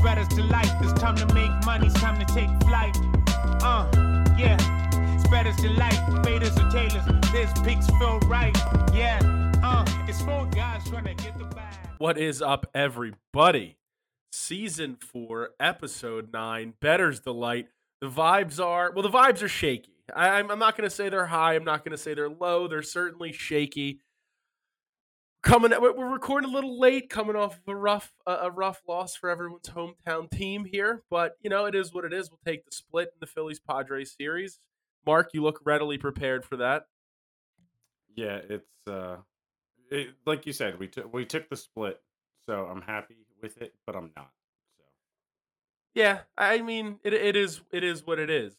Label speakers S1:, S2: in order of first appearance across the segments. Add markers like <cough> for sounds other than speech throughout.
S1: purpose to life. It's time to make money, it's time to take flight. Uh, yeah. Spreaders delight, faders or tailors. This pigs feel right. Yeah. Uh, it's four guys trying to get the bag.
S2: What is up, everybody? Season four, episode nine. Better's the light. The vibes are well. The vibes are shaky. I, I'm, I'm not going to say they're high. I'm not going to say they're low. They're certainly shaky. Coming, we're we're recording a little late. Coming off of a rough uh, a rough loss for everyone's hometown team here, but you know it is what it is. We'll take the split in the Phillies Padres series. Mark, you look readily prepared for that.
S3: Yeah, it's uh, it, like you said, we took we took the split, so I'm happy with it, but I'm not. So
S2: Yeah, I mean it, it is it is what it is.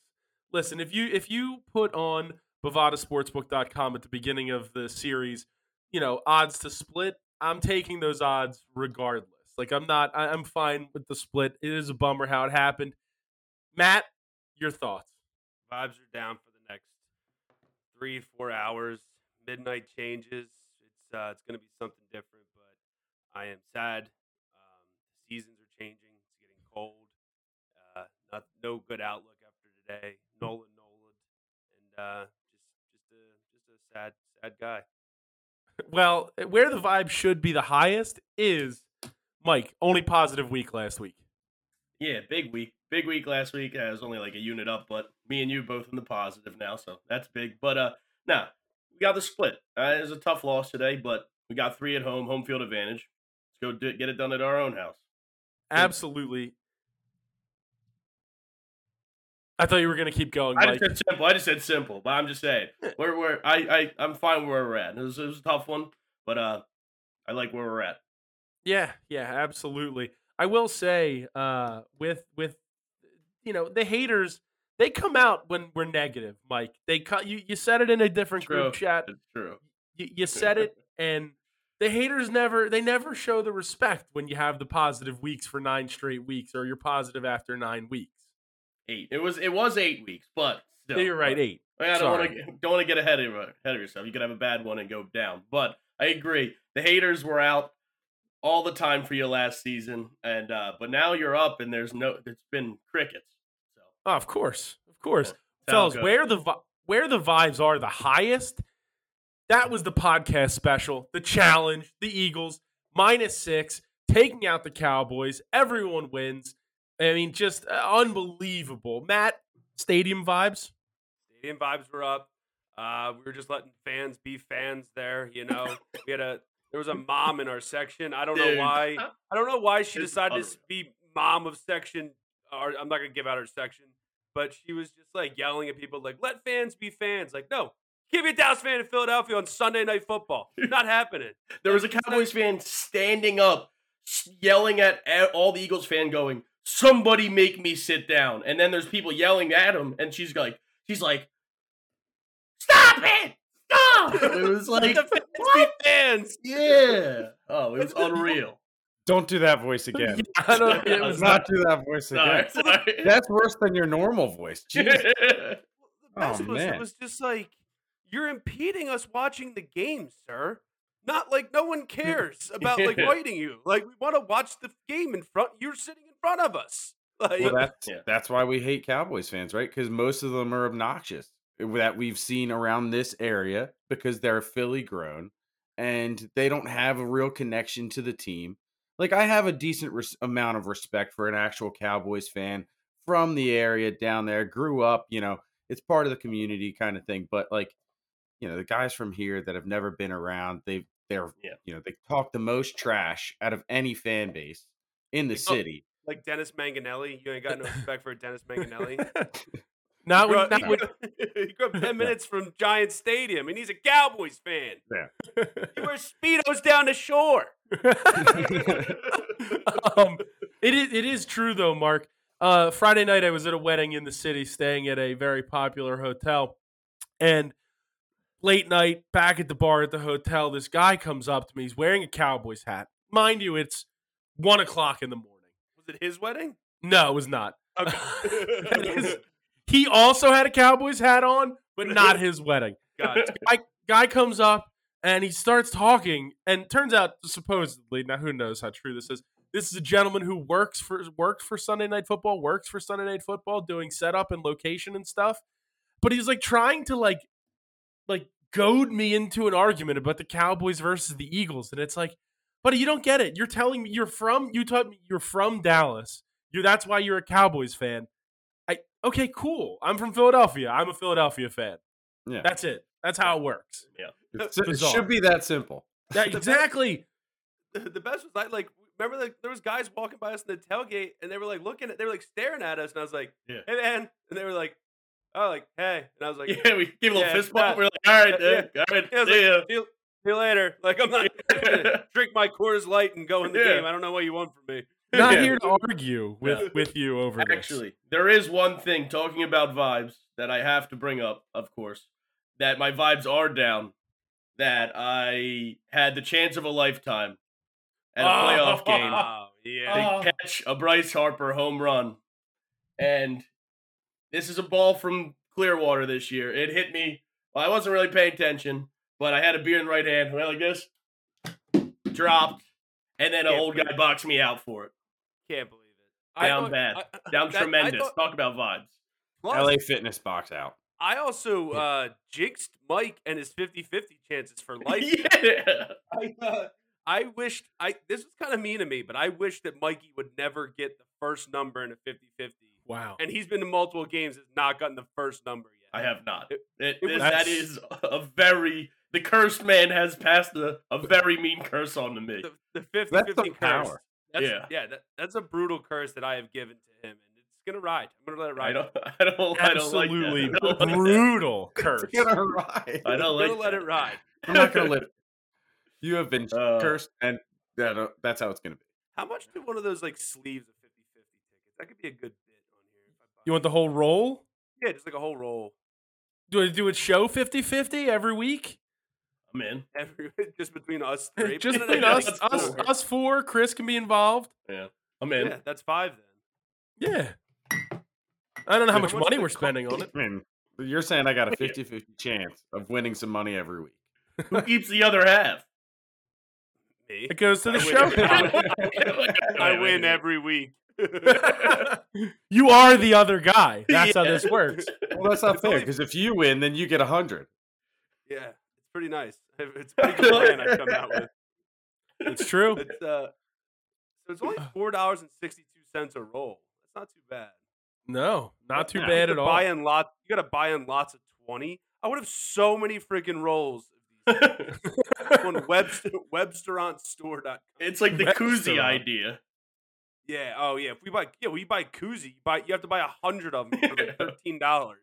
S2: Listen, if you if you put on bovadasportsbook.com at the beginning of the series, you know, odds to split, I'm taking those odds regardless. Like I'm not I, I'm fine with the split. It is a bummer how it happened. Matt, your thoughts.
S4: vibes are down for the next three, four hours. Midnight changes. It's uh, it's going to be something different, but I am sad. Um, seasons are changing. It's getting cold. Uh, not no good outlook after today. Nolan, Nolan, and uh, just just a just a sad sad guy.
S2: Well, where the vibe should be the highest is Mike, only positive week last week.
S5: Yeah, big week. Big week last week. I was only like a unit up, but me and you both in the positive now, so that's big. But uh now we got the split. Uh, it was a tough loss today, but we got three at home, home field advantage. Let's go do, get it done at our own house.
S2: Absolutely. I thought you were going to keep going,
S5: I
S2: Mike.
S5: just said simple. I just said simple, but I'm just saying <laughs> we're we're I, I I'm fine where we're at. It was, it was a tough one, but uh I like where we're at.
S2: Yeah, yeah, absolutely. I will say, uh, with with you know the haters, they come out when we're negative, Mike. They co- you you said it in a different group
S5: True.
S2: chat.
S5: It's true.
S2: You, you said it, and the haters never they never show the respect when you have the positive weeks for nine straight weeks, or you're positive after nine weeks.
S5: Eight. It was it was eight weeks, but still.
S2: You're right, eight.
S5: I don't
S2: Sorry.
S5: want to don't want to get ahead of ahead of yourself. You could have a bad one and go down. But I agree. The haters were out all the time for you last season, and uh, but now you're up, and there's no. It's been crickets. So
S2: Oh, of course, of course.
S5: it's all
S2: fellas,
S5: good.
S2: where the vi- where the vibes are the highest. That was the podcast special, the challenge, the Eagles minus six, taking out the Cowboys. Everyone wins. I mean, just uh, unbelievable. Matt, stadium vibes.
S4: Stadium vibes were up. Uh, we were just letting fans be fans there. You know, we had a there was a mom in our section. I don't
S5: Dude.
S4: know why. I don't know why she
S5: It's
S4: decided to
S5: unreal.
S4: be mom of section. Or I'm not gonna give out her section, but she was just like yelling at people, like "Let fans be fans." Like, no, give me a Dallas fan in Philadelphia on Sunday Night Football. Not happening.
S5: there was a Cowboys fan standing up, s- yelling at a- all the Eagles fan, going, "Somebody make me sit down!" And then there's people yelling at him, and she's like, she's like, "Stop it! Stop!" It was <laughs> like,
S4: Let the fans
S5: what?
S4: be fans.
S5: Yeah. Oh, <laughs> it was unreal.
S3: don't do
S2: <laughs>
S3: that voice again.
S2: I don't.
S3: <laughs>
S5: <laughs>
S2: It was
S3: Let's not do that
S2: <laughs>
S3: voice
S5: Sorry,
S3: again.
S5: <laughs>
S3: That's worse than your normal voice. Jesus.
S5: sorry.
S3: Oh,
S4: best was it
S3: man.
S4: was just like you're impeding us watching the game, sir. Not like
S3: <laughs>
S4: no one cares about like writing you. Like we want to watch the game in front. You're sitting in front of us. <laughs> Like
S3: Well, that's
S5: Yeah.
S3: that's why we hate Cowboys fans, right? Because most of them are obnoxious eh, that we've seen around this area because they're Philly grown and they don't have a real connection to the team. Like I have a decent res- amount of respect for an actual Cowboys fan from the area down there, grew up, you know, it's part of the community kind of thing. But like, you know, the guys from here that have never been around, they they're
S5: Yeah.
S3: you know they talk the most trash out of any fan base in the
S4: They talk-
S3: city.
S4: like Dennis Manganelli. You ain't got no respect for Dennis Manganelli.
S3: <laughs>
S2: not
S4: Grew
S2: when,
S4: <laughs> up-
S2: not
S4: he,
S2: when-
S4: grew, he grew up ten minutes from Giant Stadium, and he's a Cowboys fan.
S3: Yeah.
S4: <laughs> he wears speedos down the shore.
S2: um, it is it is true though, Mark. Uh, Friday night, I was at a wedding in the city, staying at a very popular hotel, and late night, back at the bar at the hotel, this guy comes up to me. He's wearing a Cowboys hat, mind you. It's one o'clock in the morning.
S4: Was it his
S3: <laughs>
S4: wedding?
S2: No, it was not.
S4: <laughs>
S2: That
S4: Okay.
S2: is- he also had a Cowboys hat on, but not his wedding
S4: God,
S2: guy comes up and he starts talking and turns out supposedly now who knows how true this is This is a gentleman who works for worked for Sunday Night Football, works for Sunday Night Football, doing setup and location and stuff. But he's like trying to like like goad me into an argument about the Cowboys versus the Eagles, and it's like, buddy, you don't get it. You're telling me you're from you taught me you're from Dallas. You that's why you're a Cowboys fan. I okay, cool. I'm from Philadelphia. I'm a Philadelphia fan.
S3: Yeah.
S2: That's it. That's how it works.
S3: It's- it
S2: bizarre.
S3: should be that simple.
S2: That,
S4: The
S3: <laughs>
S4: best-
S2: exactly.
S4: the best was I like remember like there was guys walking by us in the tailgate and they were like looking at they were like staring at us and I was like,
S5: Yeah.
S4: hey man, and they were like, oh like hey, and I was like, yeah,
S5: <laughs> yeah, we give a little
S4: Yeah,
S5: fist
S4: that-
S5: bump. We're like, all right,
S4: yeah.
S5: dude, all right,
S4: I was
S5: see
S4: like, see you, see you later. <laughs> Like I'm not
S5: <laughs>
S4: I'm gonna
S5: ya.
S4: drink my Coors Light and go in the
S5: Yeah.
S4: game. I don't know what you want from me.
S2: Not
S5: Yeah.
S2: here to argue with with you over this.
S5: Actually, there is one thing talking about vibes that I have to bring up, of course, that my vibes are down. That I had the chance of a lifetime at a <laughs>
S4: <laughs>
S5: playoff game
S4: Oh yeah.
S5: to catch a Bryce Harper home run. And this is a ball from Clearwater this year. It hit me. Well, I wasn't really paying attention, but I had a beer in the right hand. Went like this, dropped, and then an
S4: Can't
S5: old guy boxed me out for it.
S4: Can't believe it.
S5: Down bad. Down
S4: that- I
S5: tremendous.
S4: thought-
S5: Talk about vibes.
S4: plus,
S3: LA Fitness box out.
S4: I also uh, jinxed Mike and his 50-50 chances
S5: <laughs>
S4: for life.
S5: yeah.
S4: I, uh, I wished I this was kind of mean to me, but I wish that Mikey would never get the first number in a 50-50.
S2: wow.
S4: And he's been to multiple games has not gotten the first number yet.
S5: I have not.
S4: It-
S5: It,
S4: it was-
S5: that is a very the cursed man has passed a, a very mean curse on to me.
S4: The, the 50-50
S3: That's some
S4: curse.
S3: power.
S4: That's,
S5: Yeah.
S4: that, that's a brutal curse that I have given to him, and it's gonna ride. I'm gonna let it
S5: I
S4: ride.
S5: don't. <laughs> I don't.
S2: Absolutely
S5: <laughs> I don't like that. I don't like <laughs>
S2: brutal curse.
S3: Get a ride.
S5: that. I
S4: I'm
S5: don't
S4: gonna
S5: like
S4: let
S5: that.
S4: it ride.
S3: I'm not gonna live. You have been
S5: Uh,
S3: cursed, and that, uh, that's how it's gonna be.
S4: How much do one of those like sleeves of 50-50 tickets? That could be a good bit on here. If I buy
S2: You want the whole roll?
S4: yeah, just like a whole roll. <laughs>
S2: Do I do it show 50-50 every week?
S5: I'm in. <laughs>
S4: Every, just
S2: <laughs>
S4: between us three.
S2: Just
S4: <laughs> No, no,
S2: between
S4: no,
S2: us,
S4: that's
S2: us,
S4: four.
S2: us four. Chris can be involved.
S5: I'm in.
S4: Yeah, that's five then.
S2: Yeah. I don't know how
S4: Yeah,
S2: much
S4: what's
S2: money
S4: the
S2: we're
S4: co-
S2: spending on it.
S3: I mean, you're saying I got a 50-50 chance of winning some money every week.
S5: <laughs> Who keeps the other half? <laughs>
S4: Me.
S2: It goes to the
S4: I win
S2: show.
S4: every- I win- <laughs> I
S5: I
S4: win every week.
S2: <laughs>
S4: <laughs>
S2: you are the other guy. That's how this
S5: <laughs> Yeah.
S2: works.
S3: Well, that's not
S4: It's
S3: fair
S4: only-
S3: because if you win, then you get a hundred.
S4: Yeah, it's pretty nice. It's a pretty
S2: <laughs>
S4: good plan I've come out with.
S2: It's true.
S4: It's, uh, so it's only
S2: <sighs>
S4: four dollars and sixty-two cents a roll. That's not too bad.
S2: No, not too
S3: Yeah.
S2: bad
S4: You
S2: at
S4: gotta buy
S2: all.
S4: in lot. You got to buy in lots of twenty. I would have so many freaking rolls. of
S2: <laughs>
S4: these. on Webster Websterantstore.com.
S5: It's like the
S2: Messed
S5: koozie
S2: up.
S5: idea.
S4: Yeah. Oh yeah. If we buy, yeah, we buy koozie. You buy. You have to buy a hundred of them
S2: <laughs>
S4: for like thirteen dollars.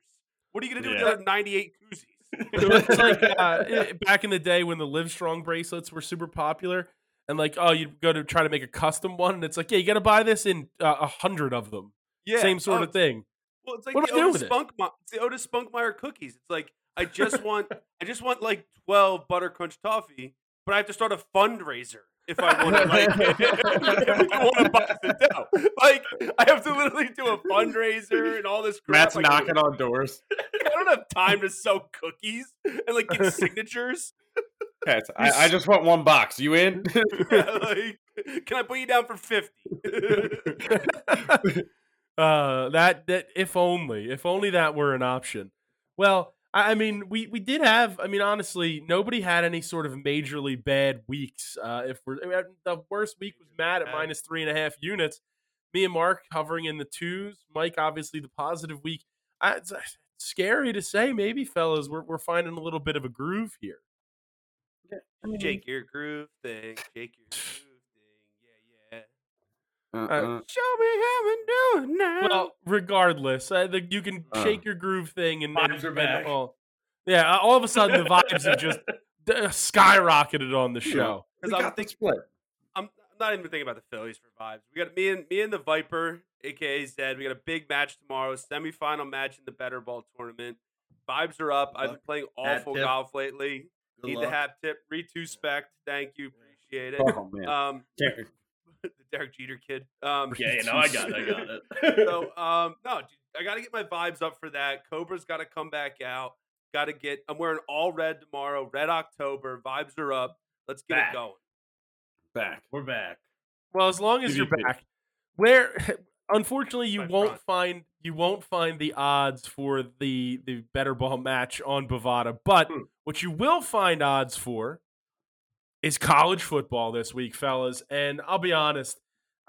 S4: What are you gonna do with
S5: Yeah.
S4: the other ninety-eight koozies?
S2: It's
S4: <laughs>
S2: like uh, i- back in the day when the Livestrong bracelets were super popular, and like, oh, you go to try to make a custom one, and it's like, yeah, you got to buy this in uh, a hundred of them.
S4: Yeah.
S2: Same sort
S4: oh,
S2: of thing.
S4: Well, it's like
S2: What do
S4: the
S2: I do
S4: Otis
S2: with it?
S4: Spunkmeyer, it's the Otis Spunkmeyer cookies. It's like
S3: <laughs>
S4: I just want, I just want like twelve butter crunch toffee, but I have to start a fundraiser if I want to like, <laughs> if I want to box it down. Like I have to literally do a fundraiser and all this crap.
S3: Matt's
S4: like,
S3: knocking on doors.
S4: <laughs> I don't have time to sell cookies and like
S3: <laughs>
S4: get signatures. <laughs>
S3: Pat, I, I just want one box. You in?
S4: like, can I put you down
S3: <laughs>
S4: for fifty? <laughs>
S2: <laughs> uh, that that if only if only that were an option. Well, I, I mean, we we did have. I mean, honestly, nobody had any sort of majorly bad weeks. Uh, if we're I mean, the worst week was Matt at
S4: Bad.
S2: minus three and a half units. Me and Mark hovering in the twos. Mike obviously the positive week. I, it's, uh, scary to say, maybe fellas, we're we're finding a little bit of a groove here.
S4: Shake your groove thing. Shake
S3: <sighs>
S4: your groove thing. Yeah, yeah.
S3: Uh-uh.
S4: Show me how I'm doing now.
S2: Well, regardless, uh, the, you can
S3: Uh.
S2: shake your groove thing and and-
S5: Vibes are
S2: and
S5: back.
S2: all- yeah, uh, all of a sudden the vibes have
S5: <laughs>
S2: just uh, skyrocketed on the show.
S3: We
S4: Because I'm,
S3: got the split.
S4: I'm, I'm not even thinking about the Phillies for vibes. We got me and me and the Viper, aka Zed. We got a big match tomorrow, semifinal match in the Better Ball tournament. Vibes are up. I've been
S5: luck.
S4: playing
S5: Hat
S4: awful
S5: tip.
S4: golf lately.
S5: Good
S4: Need
S5: luck.
S4: the hat tip. Retrospect. Thank you. Appreciate it.
S3: Oh
S4: <laughs>
S3: man.
S4: Um,
S3: <laughs> Yeah.
S4: the Derek Jeter kid. Um,
S3: <laughs>
S5: Yeah, you know, I got it. I got
S4: <laughs>
S5: it.
S4: so um no dude, i gotta get my vibes up for that cobra's gotta come back out gotta get i'm wearing all red tomorrow red october vibes are up let's get
S5: Back.
S4: it going
S3: Back.
S5: <laughs> We're back.
S2: Well, as long as you're
S3: PvP.
S2: back, where <laughs> unfortunately you
S4: My
S2: won't
S4: front.
S2: find you won't find the odds for the the better ball <laughs> match on Bovada, but
S5: Hmm.
S2: what you will find odds for is college football this week, fellas. And I'll be honest,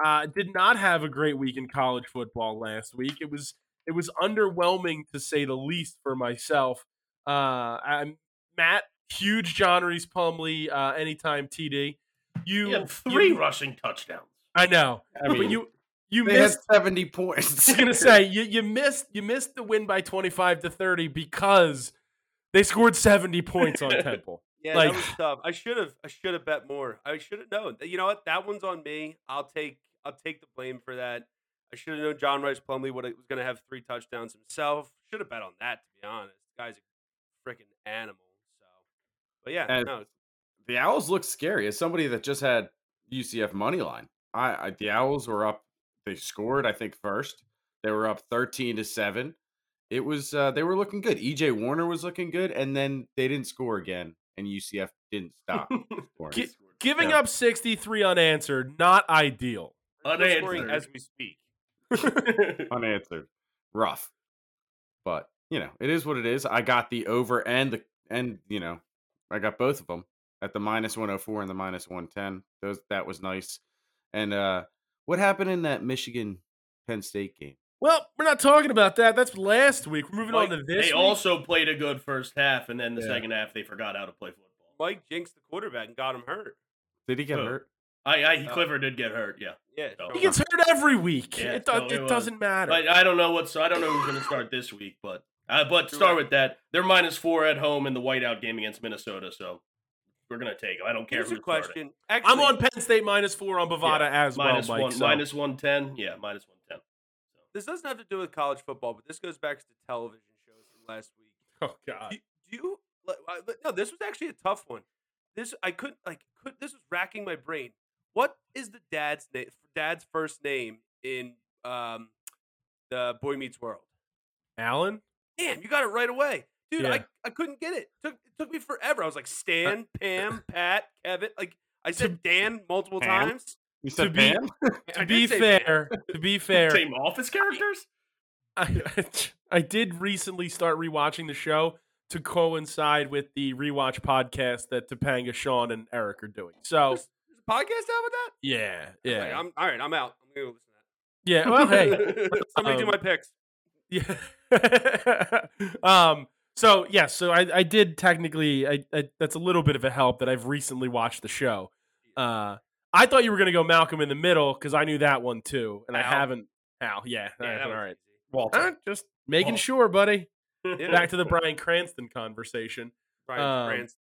S2: uh, did not have a great week in college football last week. It was it was underwhelming to say the least for myself. Uh, I'm Matt, huge John Reese Plumley, uh, anytime TD. You
S5: He had three
S2: you-
S5: rushing touchdowns.
S2: I know.
S3: I
S2: but
S3: mean,
S2: you you
S3: they had
S2: missed. <laughs>
S3: seventy
S2: I <laughs>
S3: points.
S5: <laughs>
S2: was gonna
S3: <laughs>
S2: say you, you missed you missed the win by twenty five to thirty because they scored
S5: <laughs>
S2: seventy points on Temple.
S4: Yeah,
S2: Like-
S4: that was tough. I should have. I should have bet more. I should have known. You know what? That one's on me. I'll take. I'll take the blame for that. I should have known John Rice Plumley would was going to have three touchdowns himself. Should have bet on that. To be honest, guy's a freaking animal. So, but yeah,
S3: And-
S4: no,
S3: the Owls look scary. As somebody that just had UCF money line, I, I the Owls were up. They scored, I think, first. They were up thirteen to seven. It was uh, they were looking good. EJ Warner was looking good, and then they didn't score again, and UCF didn't stop. scoring.
S2: Gi- giving
S3: Yeah.
S2: up sixty three unanswered, not ideal.
S4: we're scoring
S5: Unanswered.
S4: as we speak.
S3: unanswered. Rough. But, you know, it is what it is. I got the over and the and, you know, I got both of them at the minus 104 and the minus 110. Those that was nice. And uh what happened in that Michigan Penn State game?
S2: Well, we're not talking about that. That's last week. We're moving
S5: Like,
S2: on to
S5: they
S2: this. week.
S5: also played a good first half, and then the
S2: Yeah.
S5: second half they forgot how to play football.
S4: Mike jinxed the quarterback and got him hurt.
S3: Did he get
S5: Who?
S3: hurt?
S5: I, I
S4: Oh.
S5: Clifford did get hurt. Yeah,
S4: Yeah,
S5: Oh.
S2: he
S4: so-
S2: gets hurt every week.
S5: Yeah,
S2: it do-
S5: so
S2: it,
S5: it was- uh,
S2: doesn't matter.
S5: I, I don't know what. So I don't know who's going to start this week, but uh, but
S4: You're
S5: start
S4: right.
S5: with that. They're minus four at home in the whiteout game against Minnesota, so we're going to take them. I don't care
S4: here's
S5: who's
S4: a
S5: starting.
S4: question. Actually,
S2: I'm on Penn State minus four on Bovada as
S5: Minus
S2: well, Mike.
S5: one,
S2: so-
S5: minus one ten. Yeah, minus one ten.
S4: This doesn't have to do with college football, but this goes back to television shows from last week.
S2: <laughs> oh god.
S4: do, do you like, I- but no this was actually a tough one this i couldn't like could this was racking my brain what is the dad's name dad's first name in um the boy meets world
S2: Allen?
S4: damn you got it right away dude I,
S2: Yeah. Uh,
S4: I couldn't get it. took it took me forever i was like stan pam pat kevin like i said dan multiple
S3: Pam?
S4: times
S3: You
S2: said be- Pam?
S4: I
S2: To be
S4: did say Pam. <laughs>
S2: fair, to be fair,
S5: Same office characters.
S2: I, I did recently start rewatching the show to coincide with the rewatch podcast that Topanga, Sean, and Eric are doing. So
S4: there's, there's a podcast out with that
S2: yeah,
S4: Like,
S2: yeah,
S4: i'm all right i'm out i'm gonna go listen to
S2: yeah. Well, hey,
S4: that <laughs> somebody do
S2: Um,
S4: my picks <laughs>
S2: yeah. <laughs> um. So yes, so I, I did technically. I, I that's a little bit of a help that I've recently watched the show. Uh, I thought you were gonna go Malcolm in the Middle because I knew that one too, and I
S4: Al.
S2: haven't. Al, yeah,
S4: Yeah, that
S2: all
S4: one's
S2: right.
S4: easy.
S3: Walter.
S2: Huh? Just making
S5: Well.
S2: sure, buddy.
S4: Yeah.
S2: Back to the Brian Cranston <laughs> conversation.
S4: Brian
S2: Um,
S4: Cranston.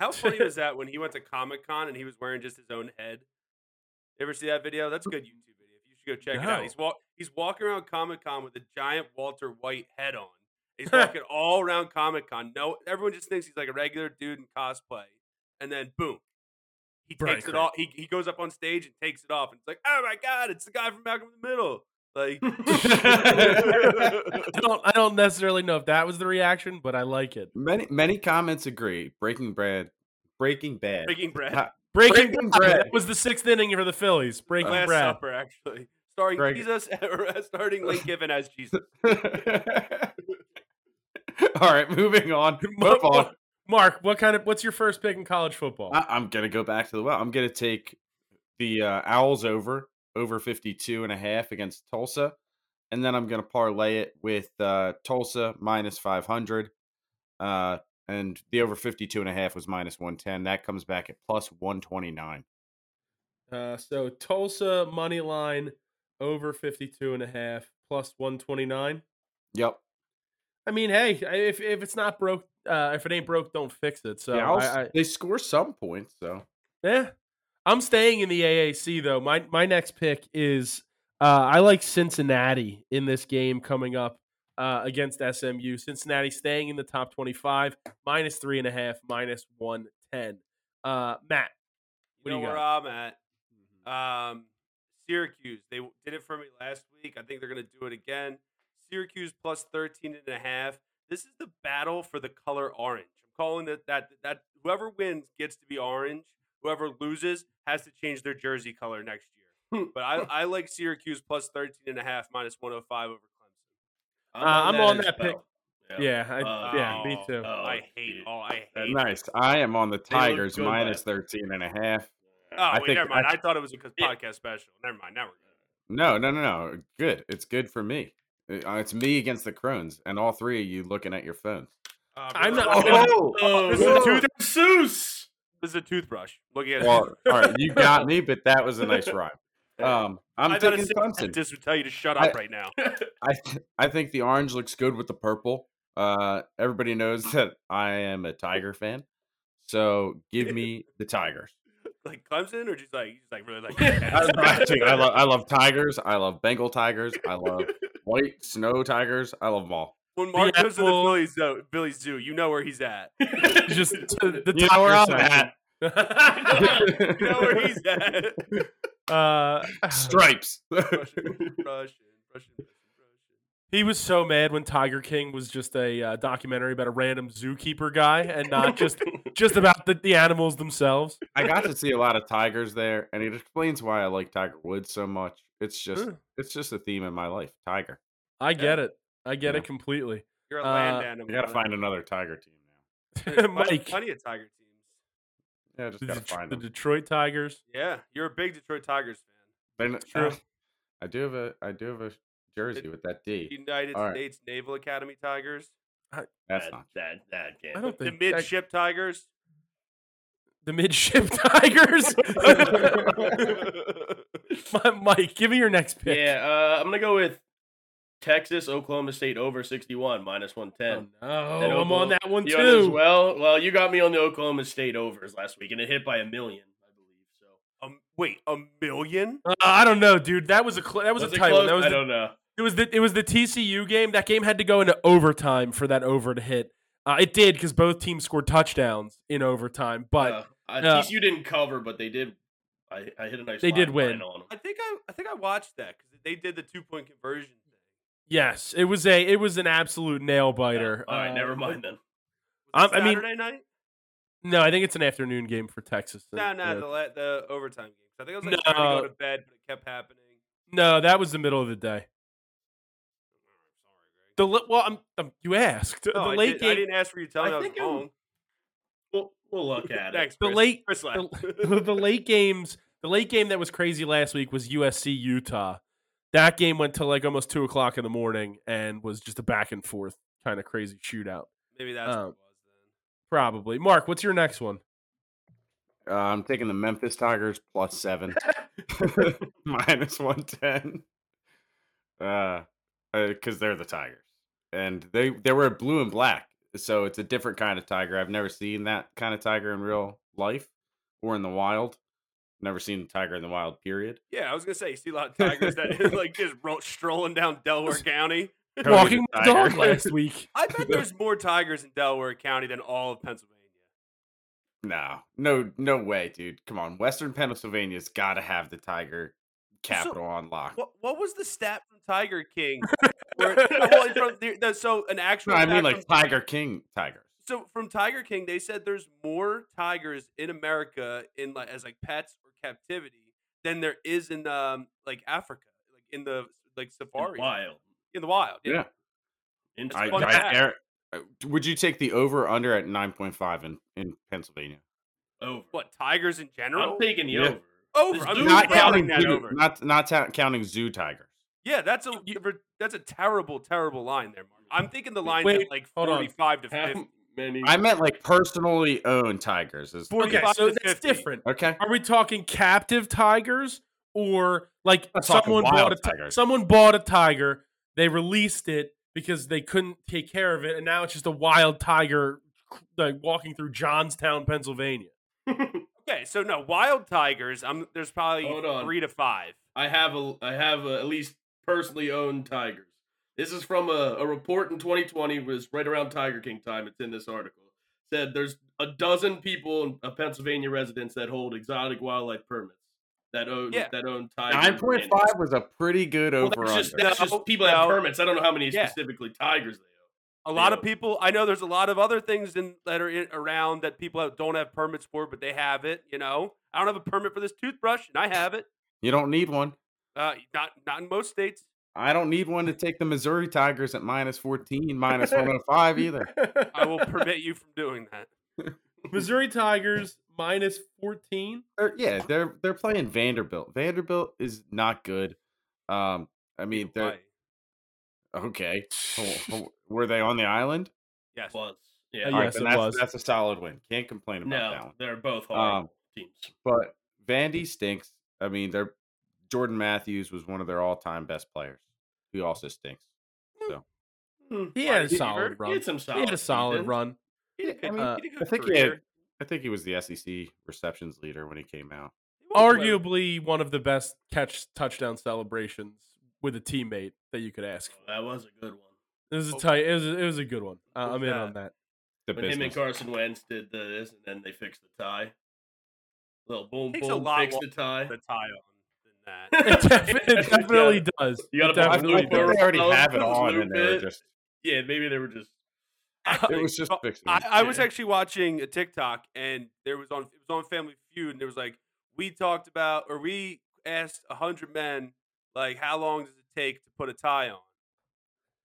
S4: How
S2: <laughs>
S4: funny was that when he went to Comic Con and he was wearing just his own head? You ever see that video? That's a good YouTube video. You should go check it
S2: No.
S4: out. He's walk he's walking around Comic Con with a giant Walter White head on.
S2: <laughs>
S4: He's walking all around Comic Con. No, everyone just thinks he's like a regular dude in cosplay, and then boom, he
S2: Brian
S4: takes it off. He, he goes up on stage and takes it off, and it's like, oh my god, it's the guy from Malcolm in the Middle.
S2: <laughs>
S4: Like,
S2: I don't I don't necessarily know if that was the reaction, but I like it.
S3: Many many comments agree. Breaking bread. Breaking bad.
S4: breaking bread.
S3: Ha-
S2: Breaking,
S3: Breaking
S2: Bread
S3: Bread.
S2: that was the sixth inning for the Phillies. Breaking
S4: Last
S2: Bread.
S4: Supper, actually, starring
S3: Greg-
S4: Jesus, <laughs> or uh, starting Lincoln as Jesus.
S3: <laughs> All right, moving on.
S2: Mark,
S3: Football.
S2: what- Mark, what kind of what's your first pick in college football?
S3: I, I'm going to go back to the well. I'm going to take the uh, Owls over, over 52 and a half against Tulsa. And then I'm going to parlay it with uh, Tulsa minus 500. Uh, and the over 52 and a half was minus 110. That comes back at plus 129.
S2: Uh, so Tulsa money line over 52 and a half plus 129.
S3: Yep.
S2: I mean, hey, I- if if it's not broke, uh, if it ain't broke, don't fix it. So
S3: the Owls,
S2: I, I,
S3: they score some points, so.
S2: Yeah. I'm staying in the AAC though. My my next pick is uh, I like Cincinnati in this game coming up uh, against SMU. Cincinnati staying in the top twenty-five, minus three and a half, minus one ten. Uh, Matt, What Mm-hmm. do
S4: You know
S2: you
S4: where I'm at. Um, Syracuse. They w- did it for me last week. I think they're going to do it again. Syracuse plus 13 and a half. This is the battle for the color orange. I'm calling it that that whoever wins gets to be orange. Whoever loses has to change their jersey color next year.
S2: <laughs>
S4: but I, I like Syracuse plus 13 and a half minus 105 over Clemson.
S2: uh, I'm on that pick.
S5: Yeah.
S2: Yeah, I,
S5: Uh,
S2: yeah, me
S4: oh,
S2: too.
S5: Oh,
S4: I hate
S5: dude.
S4: all. I hate.
S3: Nice. I am on the Tigers
S5: good
S3: minus
S5: last-
S3: 13 and a half.
S4: Oh,
S5: Uh,
S3: I
S4: wait,
S3: think-
S4: never mind.
S3: I-
S4: I, thought it was a good
S5: Yeah.
S4: podcast special. Never mind. Now we're good.
S3: No, no, no, no. Good. It's good for me. Uh, It's me against the Crones, and all three of you looking at your phones.
S4: Uh,
S2: I'm
S4: brother,
S2: not-
S4: look at-
S5: oh,
S4: this is a
S5: whoa.
S4: tooth-
S5: Seuss.
S4: This is a toothbrush. Look <laughs> at it.
S3: Well, all right, you got me, but that was a nice rhyme. Um, I'm
S4: I thought
S3: taking
S4: a six-
S3: Clemson.
S4: This would tell you to shut
S3: I-
S4: up right now. <laughs>
S3: I th- I think the orange looks good with the purple. Uh, everybody knows <laughs> that I am a Tiger fan, so give me the Tigers.
S4: Like Clemson, or just like just like really like.
S3: <laughs> I, was about to. I love I love Tigers. I love Bengal Tigers. I love white snow Tigers. I love them all.
S4: when Mark
S2: Yeah,
S4: goes to the
S2: well-
S4: Phillies Zoo, Phillies Zoo, you know where
S3: <laughs>
S4: he's at. <laughs> You
S5: <laughs>
S2: Just the, the
S3: You know
S2: tower
S3: where I'm
S2: section.
S3: <laughs>
S4: <laughs> know where he's at.
S2: uh,
S3: Stripes. <laughs>
S4: Russian, Russian, Russian,
S2: he was so mad when Tiger King was just a uh, documentary about a random zookeeper guy and not
S5: <laughs>
S2: just just about the, the animals themselves.
S3: I got to see a lot of tigers there, and it explains why I like Tiger Woods so much. It's just
S2: Sure.
S3: it's just a theme in my life. Tiger.
S2: I get it. I get
S3: Yeah.
S2: it completely.
S5: <laughs>
S2: <laughs>
S4: You're a
S2: Uh,
S4: land animal.
S3: I got to
S4: man.
S3: find another tiger team <laughs>
S4: There's plenty,
S2: Mike,
S4: plenty of Tiger teams.
S3: now. Yeah, I just
S2: the,
S3: got to
S2: Det-
S3: find
S2: the
S3: them.
S2: Detroit Tigers.
S4: Yeah, you're a big Detroit Tigers
S3: They're not-
S2: True.
S3: uh, I do have a I do have a jersey with that
S4: fan.
S3: D.
S4: United
S3: All right.
S4: States Naval Academy Tigers.
S3: That's
S5: that,
S3: not
S5: that that
S2: I
S5: game.
S2: don't
S4: The
S2: think
S4: midship
S3: <laughs>
S4: Tigers. <laughs>
S2: that- the midship <laughs> Tigers. My- Mike, give me your next pick.
S5: Yeah, uh, I'm gonna go with Texas, Oklahoma State over 61 minus 110.
S2: Oh, no,
S5: That
S2: I'm on
S5: Oklahoma-
S2: that one
S5: You on this
S2: too.
S5: well, well, you got me on the Oklahoma State overs last week, and it hit by a million, I believe. So
S4: Um, wait, a million?
S2: Uh, I don't know, dude. That was a cl- that was, a
S5: it
S2: tight one.
S5: close?
S2: That was
S5: I
S2: the-
S5: don't know.
S2: It was the it was the TCU game. That game had to go into overtime for that over to hit. Uh, it did because both teams scored touchdowns in overtime, but
S5: uh, I-
S2: uh,
S5: TCU didn't cover, but they did. I, I hit a nice.
S2: They did
S5: live line
S2: win.
S5: on 'em.
S4: I think I I think I watched that because they did the two point conversion thing.
S2: yes, it was a it was an absolute nail biter.
S5: All right,
S2: Uh,
S5: never mind then.
S4: Was it
S2: Um, I mean-
S4: Saturday night?
S2: No, I think it's an afternoon game for Texas.
S4: No,
S2: Uh,
S4: no, the la- the overtime game. So I think I was like trying to go
S2: No.
S4: to bed, but it kept happening.
S2: no, that was the middle of the day.
S4: Sorry,
S2: The li- well, I'm, um you asked
S4: Greg. No,
S2: the
S4: I,
S2: late
S4: did, I
S2: game.
S4: didn't ask for you telling
S5: I
S4: me I was
S5: think it-
S4: wrong.
S5: We'll,
S2: <laughs>
S5: we'll look at it.
S4: Thanks,
S2: The
S4: Chris. <laughs>
S2: late-
S4: Chris laughed.
S2: The, the late games. The late game that was crazy last week was USC Utah. That game went till like almost two o'clock in the morning and was just a back and forth kind of crazy shootout.
S4: Maybe that's what
S2: Um,
S4: it was then.
S2: Probably. Mark, what's your next
S3: <laughs>
S2: one?
S3: Uh, I'm taking the Memphis Tigers plus
S2: <laughs>
S3: seven, <laughs> minus one ten. Uh, because they're the Tigers, and they they were blue and black, so it's a different kind of tiger. I've never seen that kind of tiger in real life or in the wild. Never seen a tiger in the wild.
S2: <laughs>
S3: Period.
S4: Yeah, I was gonna say you see a lot of tigers that <laughs> like just ro- strolling down Delaware County.
S3: Cody's a
S2: Walking my
S3: tiger.
S2: dog last
S3: <laughs>
S2: week.
S4: I <laughs> bet there's more tigers in Delaware County than all of Pennsylvania.
S3: No, no, no way, dude. Come on, Western Pennsylvania's got to have the tiger capital on lock.
S4: What what was the stat from Tiger King? Where, <laughs> well, from the, the- so an actual.
S3: No, I
S4: stat
S3: mean
S4: from-
S3: like Tiger King tigers.
S4: so from Tiger King, they said there's more tigers in America in like as like pets or captivity than there is in um like Africa, like in the like safari
S5: Wild.
S4: in the wild. Yeah.
S3: Yeah.
S5: Interesting.
S3: I,
S4: fun
S3: I-
S4: fact.
S3: Eric, uh, would you take the over or under at 9.5 in, in Pennsylvania?
S5: over.
S4: What tigers in general?
S5: I'm taking the
S3: Yeah.
S5: over. <laughs>
S4: Over.
S5: This
S4: I'm just
S5: dude- Not
S4: rounding
S5: counting
S4: that
S3: zoo,
S4: over.
S3: Not, not ta- counting zoo tigers.
S4: Yeah, that's a that's a terrible, terrible line there, Mark. I'm thinking the line's
S2: Wait,
S4: at like
S2: hold on.
S4: forty-five to
S5: How
S4: fifty.
S5: many?
S3: I meant like personally owned tigers. Is,
S2: Okay,
S4: 45
S2: so
S4: to
S2: that's
S4: 50.
S2: different.
S3: okay.
S2: Are we talking captive tigers or like
S3: I'm talking
S2: someone
S3: wild
S2: bought a ti-
S3: tigers.
S2: someone bought a tiger, they released it because they couldn't take care of it, and now it's just a wild tiger like walking through Johnstown,
S3: <laughs>
S2: Pennsylvania.
S4: Okay, so no wild tigers. I'm there's probably
S5: Hold on.
S4: three to five.
S5: I have a I have a, at least personally owned tigers. This is from a, a report in 2020 was right around Tiger King time. It's in this article. Said there's a dozen people in uh, Pennsylvania residents that hold exotic wildlife permits that own
S4: Yeah.
S5: that own tigers.
S3: 9.5 was a pretty good over
S5: That's just,
S3: under.
S5: that's just
S4: No,
S5: people that have
S4: no.
S5: permits. I don't know how many
S4: Yeah.
S5: specifically tigers they
S4: A lot of
S5: Yeah.
S4: people. I know there's a lot of other things in, that are in, around that people have, don't have permits for, but they have it. You know, I don't have a permit for this toothbrush, and I have it.
S3: You don't need one.
S4: Uh, not not in most states.
S3: I don't need one to take the Missouri Tigers at minus 14, minus
S4: <laughs>
S3: 105 either.
S4: I will prevent you from doing that.
S2: Missouri Tigers minus 14.
S3: They're- yeah, they're they're playing Vanderbilt. Vanderbilt is not good. Um, I mean, they're
S4: Why?
S3: <laughs> okay.
S4: <laughs>
S3: Oh, oh, Were they on the island?
S4: Yes.
S5: was.
S2: Uh,
S5: Yeah.
S3: All right,
S2: yes,
S3: then
S2: it
S3: that's,
S2: was.
S3: That's a solid win. Can't complain about that
S5: no,
S3: one.
S5: they're both horrible
S3: Um,
S5: teams.
S3: But Vandy stinks. I mean, they're Jordan Matthews was one of their all-time best players. He also stinks.
S2: He
S4: Why
S2: had a
S4: did he
S2: solid
S4: hurt?
S5: Hmm. He
S2: run.
S5: had some solid.
S2: He had a solid
S5: seasons.
S2: run.
S4: He had a
S3: I mean,
S4: good- uh, he had a
S3: I
S4: good
S3: think he had-
S4: career.
S3: I think he was the SEC receptions leader when he came out.
S4: He was playing-
S2: Arguably one of the best catch touchdown celebrations with a teammate that you could ask.
S5: That was a good one.
S2: It was a tight. It was. It was a good one. Uh, I'm in on that. <laughs>
S3: The
S5: When him and
S3: business.
S5: Carson Wentz did this, and then they fixed the tie. Little boom,
S4: Takes a
S5: boom,
S4: lot
S5: fix the
S4: longer
S5: tie.
S4: the tie on than
S2: It,
S4: that.
S5: <laughs>
S2: defi- it
S4: <laughs>
S5: Yeah.
S2: definitely does.
S5: You gotta
S2: It
S5: buy
S3: I, I
S2: definitely
S3: think they
S5: Carson
S2: does.
S3: already
S5: Wentz
S3: have it
S5: was
S3: on, and they were
S4: <laughs>
S5: looping.
S3: just.
S5: Yeah, maybe they were just.
S3: It was just
S4: Oh,
S3: fixing.
S4: I, <laughs>
S3: it.
S4: I was
S5: Yeah.
S4: actually watching a TikTok and there was on it was on Family Feud and there was like we talked about or we asked a hundred men like how long does it take to put a tie on,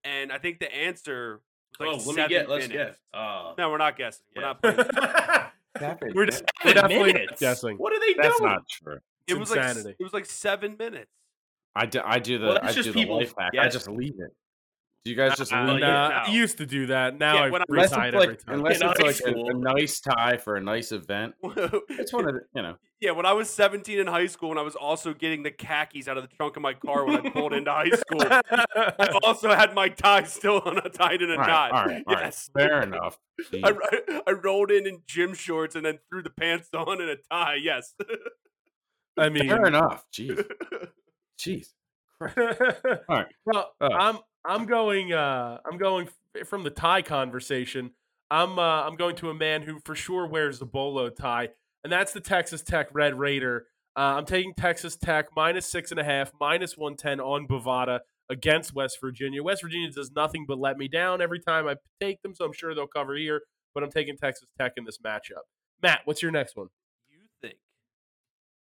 S4: and I think the answer was like
S5: oh, let me
S4: seven
S5: get. Let's
S4: minutes.
S5: guess. Uh,
S4: No, we're not guessing. We're not.
S5: Yeah. <laughs>
S4: Playing. that.
S3: That-
S2: We're,
S4: <laughs>
S3: that-
S2: just, we're definitely not
S5: minutes?
S2: guessing.
S5: What are they
S3: that's
S5: doing?
S3: not true.
S4: it
S2: It's
S4: was
S2: insanity.
S4: like it was like seven minutes. <laughs>
S3: I do, I do the
S5: Well,
S3: I
S5: that's just
S3: do
S5: people-
S3: the life hack. I
S5: yes.
S3: just leave it. Do you guys just
S4: Uh,
S3: leave
S5: like,
S3: it?
S2: Nah,
S4: now.
S2: I used to do that. Now
S4: Yeah,
S2: I've
S4: when I-
S3: Unless
S2: retied
S3: it's like,
S2: every time.
S3: unless
S5: In high
S3: it's like a, a
S5: school.
S3: nice tie for a nice event. It's one of the, you know.
S4: yeah, when I was 17 in high school, and I was also getting the khakis out of the trunk of my car when I pulled into high school,
S2: <laughs>
S4: I
S5: <laughs>
S4: also had my tie still on a tied in a
S3: All right,
S4: knot.
S3: all right, all right.
S4: yes.
S3: Fair enough.
S4: I,
S3: Jeez.
S4: <laughs> I, I rolled in in gym shorts and then threw the pants <laughs> on and a tie. Yes. <laughs>
S2: I mean,
S3: Fair enough. Jeez. Jeez.
S2: <laughs>
S3: All right.
S2: Well,
S3: Uh.
S2: I'm I'm going uh I'm going f- from the tie conversation. I'm uh, I'm going to a man who for sure wears a bolo tie, and that's the Texas Tech Red Raider. Uh, I'm taking Texas Tech minus six and a half, minus one ten on Bovada against West Virginia. West Virginia does nothing but let me down every time I take them, so I'm sure they'll cover here. But I'm taking Texas Tech in this matchup. Matt, what's your next one?
S4: you think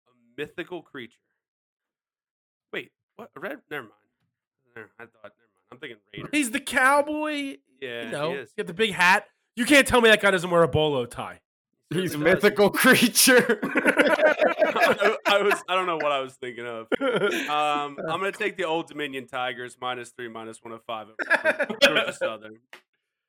S4: a mythical creature? Wait, what? A red? Never mind. Never- I thought. Never mind. I'm thinking raider.
S2: He's the cowboy.
S4: yeah,
S2: you
S4: he
S2: know,
S4: is.
S2: he got the big hat. You can't tell me that guy doesn't wear a bolo tie.
S4: He
S3: He's a
S4: certainly does.
S3: mythical <laughs> creature.
S4: <laughs> I, I was. I don't know what I was thinking of. Um, <laughs> I'm gonna take the Old Dominion Tigers minus three, minus one of five. over <laughs> Georgia Southern.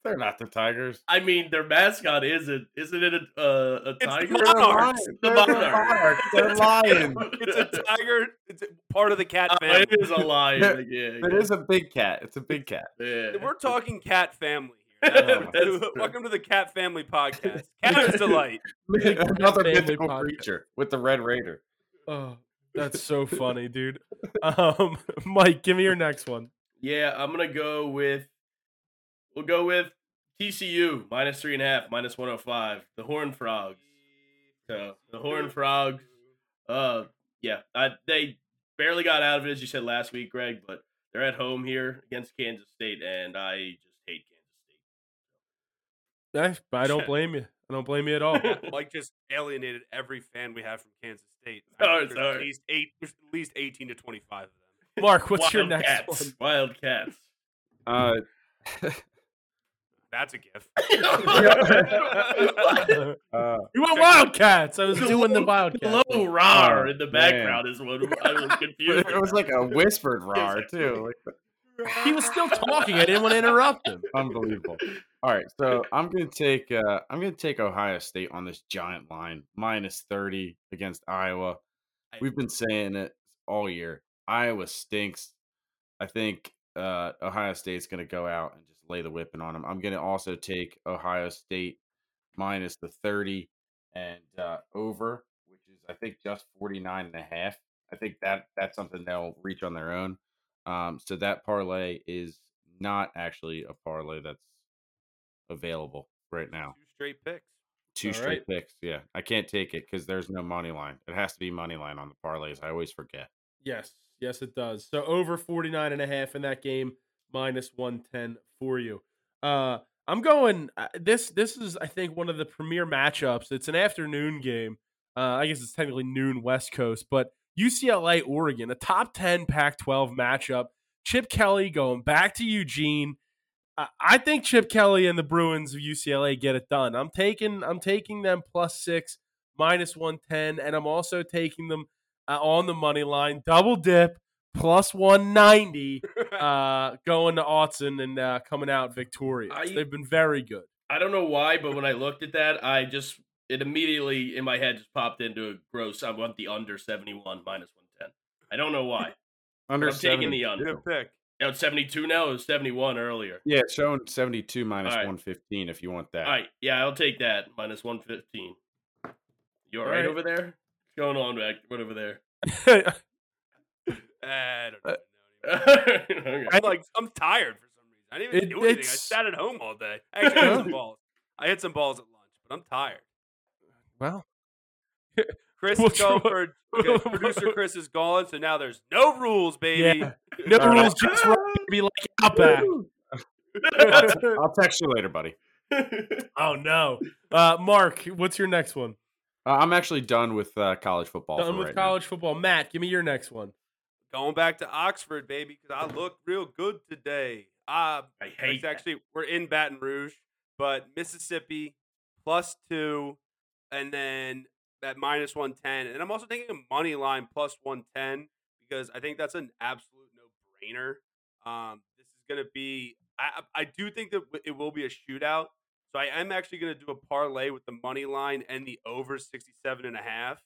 S3: They're not the Tigers.
S5: I mean, their mascot isn't isn't it a uh, a
S4: the
S5: tiger?
S4: Monarchs.
S5: The
S3: They're
S5: monarch.
S3: They're lions.
S5: <laughs>
S4: It's a tiger. It's a- part <laughs> of the cat
S5: Uh,
S4: family.
S5: it is a lion.
S3: There-
S5: yeah,
S3: It
S5: yeah,
S3: is a big cat. It's a big cat.
S5: yeah.
S4: We're talking cat
S2: <laughs>
S4: family
S2: Oh,
S4: here. That's what
S5: That's
S4: we do.
S5: true.
S4: Welcome to the cat family podcast. Cat is delight.
S3: <laughs> Another
S2: Family
S3: mythical
S2: podcast.
S3: creature with the Red Raider.
S2: Oh, that's so funny, dude. Um, <laughs> Mike, give me your next one.
S5: Yeah, I'm gonna go with. We'll go with TCU minus three and a half, minus one hundred five. The Horn Frogs. So the Horn Frogs. Uh, yeah, I, they barely got out of it as you said last week, Greg. But they're at home here against Kansas State, and I just hate Kansas
S2: I, Eh, I don't blame you. I don't blame you at all.
S4: Yeah, Mike just alienated every fan we have from Kansas State.
S2: Oh,
S5: Sorry,
S4: there's
S5: sorry.
S4: At least eight, there's at least eighteen to twenty-five of them.
S2: Mark, what's
S5: State.
S2: your next
S5: Wildcats.
S2: one? <laughs>
S5: Wildcats. <laughs>
S3: Uh, <laughs>
S4: That's a gift.
S3: uh,
S2: <laughs> You want Wildcats? I was doing the Wildcats.
S5: Low rar in the
S3: man.
S5: background is what I was confused.
S3: it was
S5: about.
S3: like a whispered roar too. Like
S2: He was still talking. I didn't want to interrupt him.
S3: unbelievable. All right, so I'm gonna take uh, I'm gonna take Ohio State on this giant line minus thirty against Iowa. We've been saying it all year. Iowa stinks. I think uh, Ohio State's gonna go out and just lay the whipping on them. I'm gonna also take Ohio State minus the thirty and uh, over, which is I think just 49 and a half. I think that that's something they'll reach on their own. Um, so that parlay is not actually a parlay that's available right now.
S4: Two straight
S2: <laughs>
S4: picks.
S3: Two
S2: All
S3: straight picks. Yeah, I can't take it because there's no money line. It has to be money line on the parlays. I always forget.
S2: Yes, yes, it does. So over 49 and a half in that game, minus 110 for you. Uh, I'm going. uh, This this is I think one of the premier matchups. It's an afternoon game. Uh, I guess it's technically noon West Coast, but UCLA, Oregon, a top 10 Pac 12 matchup. Chip Kelly going back to Eugene. I- I think Chip Kelly and the Bruins of UCLA get it done. I'm taking I'm taking them plus six, minus one ten, and I'm also taking them uh, on the money line, double dip, plus one ninety, uh, going to Autzen and uh, coming out victorious.
S5: Are you-
S2: They've been very good.
S5: I don't know why, but when I looked at that, I just it immediately in my head just popped into a gross. I want the under seventy one minus one ten. I don't know why.
S3: Under
S5: I'm taking
S3: 70.
S5: the under.
S2: <laughs>
S4: Good pick.
S5: Now it's seventy two now. It was seventy one earlier.
S3: Yeah, it's showing 72 minus
S5: All right.
S3: 115 if you want that.
S5: All right, yeah, I'll take that minus one fifteen. You all
S2: All
S5: right,
S2: right.
S5: over there? What's going on back right over there?
S2: Uh,
S4: I don't know.
S5: <laughs> Okay.
S4: I'm like I'm tired for some reason. I didn't even
S2: It-
S4: do anything. I
S2: it's-
S4: sat at home all
S2: <laughs>
S4: day. I actually hit some balls. I hit some balls at lunch, but I'm tired.
S2: well,
S4: <laughs> Chris
S2: We'll
S4: is gone
S2: try-
S4: for okay,
S2: <laughs>
S4: producer Chris is gone, so now there's no rules, baby.
S2: Yeah. no
S3: All right.
S2: rules, just right. Be like Outback.
S3: I'll, t- I'll text you later, buddy.
S2: Oh no, uh, Mark, what's your next one?
S3: Uh, I'm actually done with uh, college football.
S2: Done
S3: for
S2: with
S3: right now.
S2: college football. Matt, give me your next one.
S4: Going back to Oxford, baby, because I look real good today. Uh,
S5: I hate
S4: it's
S5: that.
S4: actually we're in Baton Rouge, but Mississippi plus two, and then at minus one ten, and I'm also taking a money line plus one ten because I think that's an absolute no brainer. Um, this is gonna be. I I I do think that it will be a shootout. So I am actually going to do a parlay with the money line and the over 67 and a half,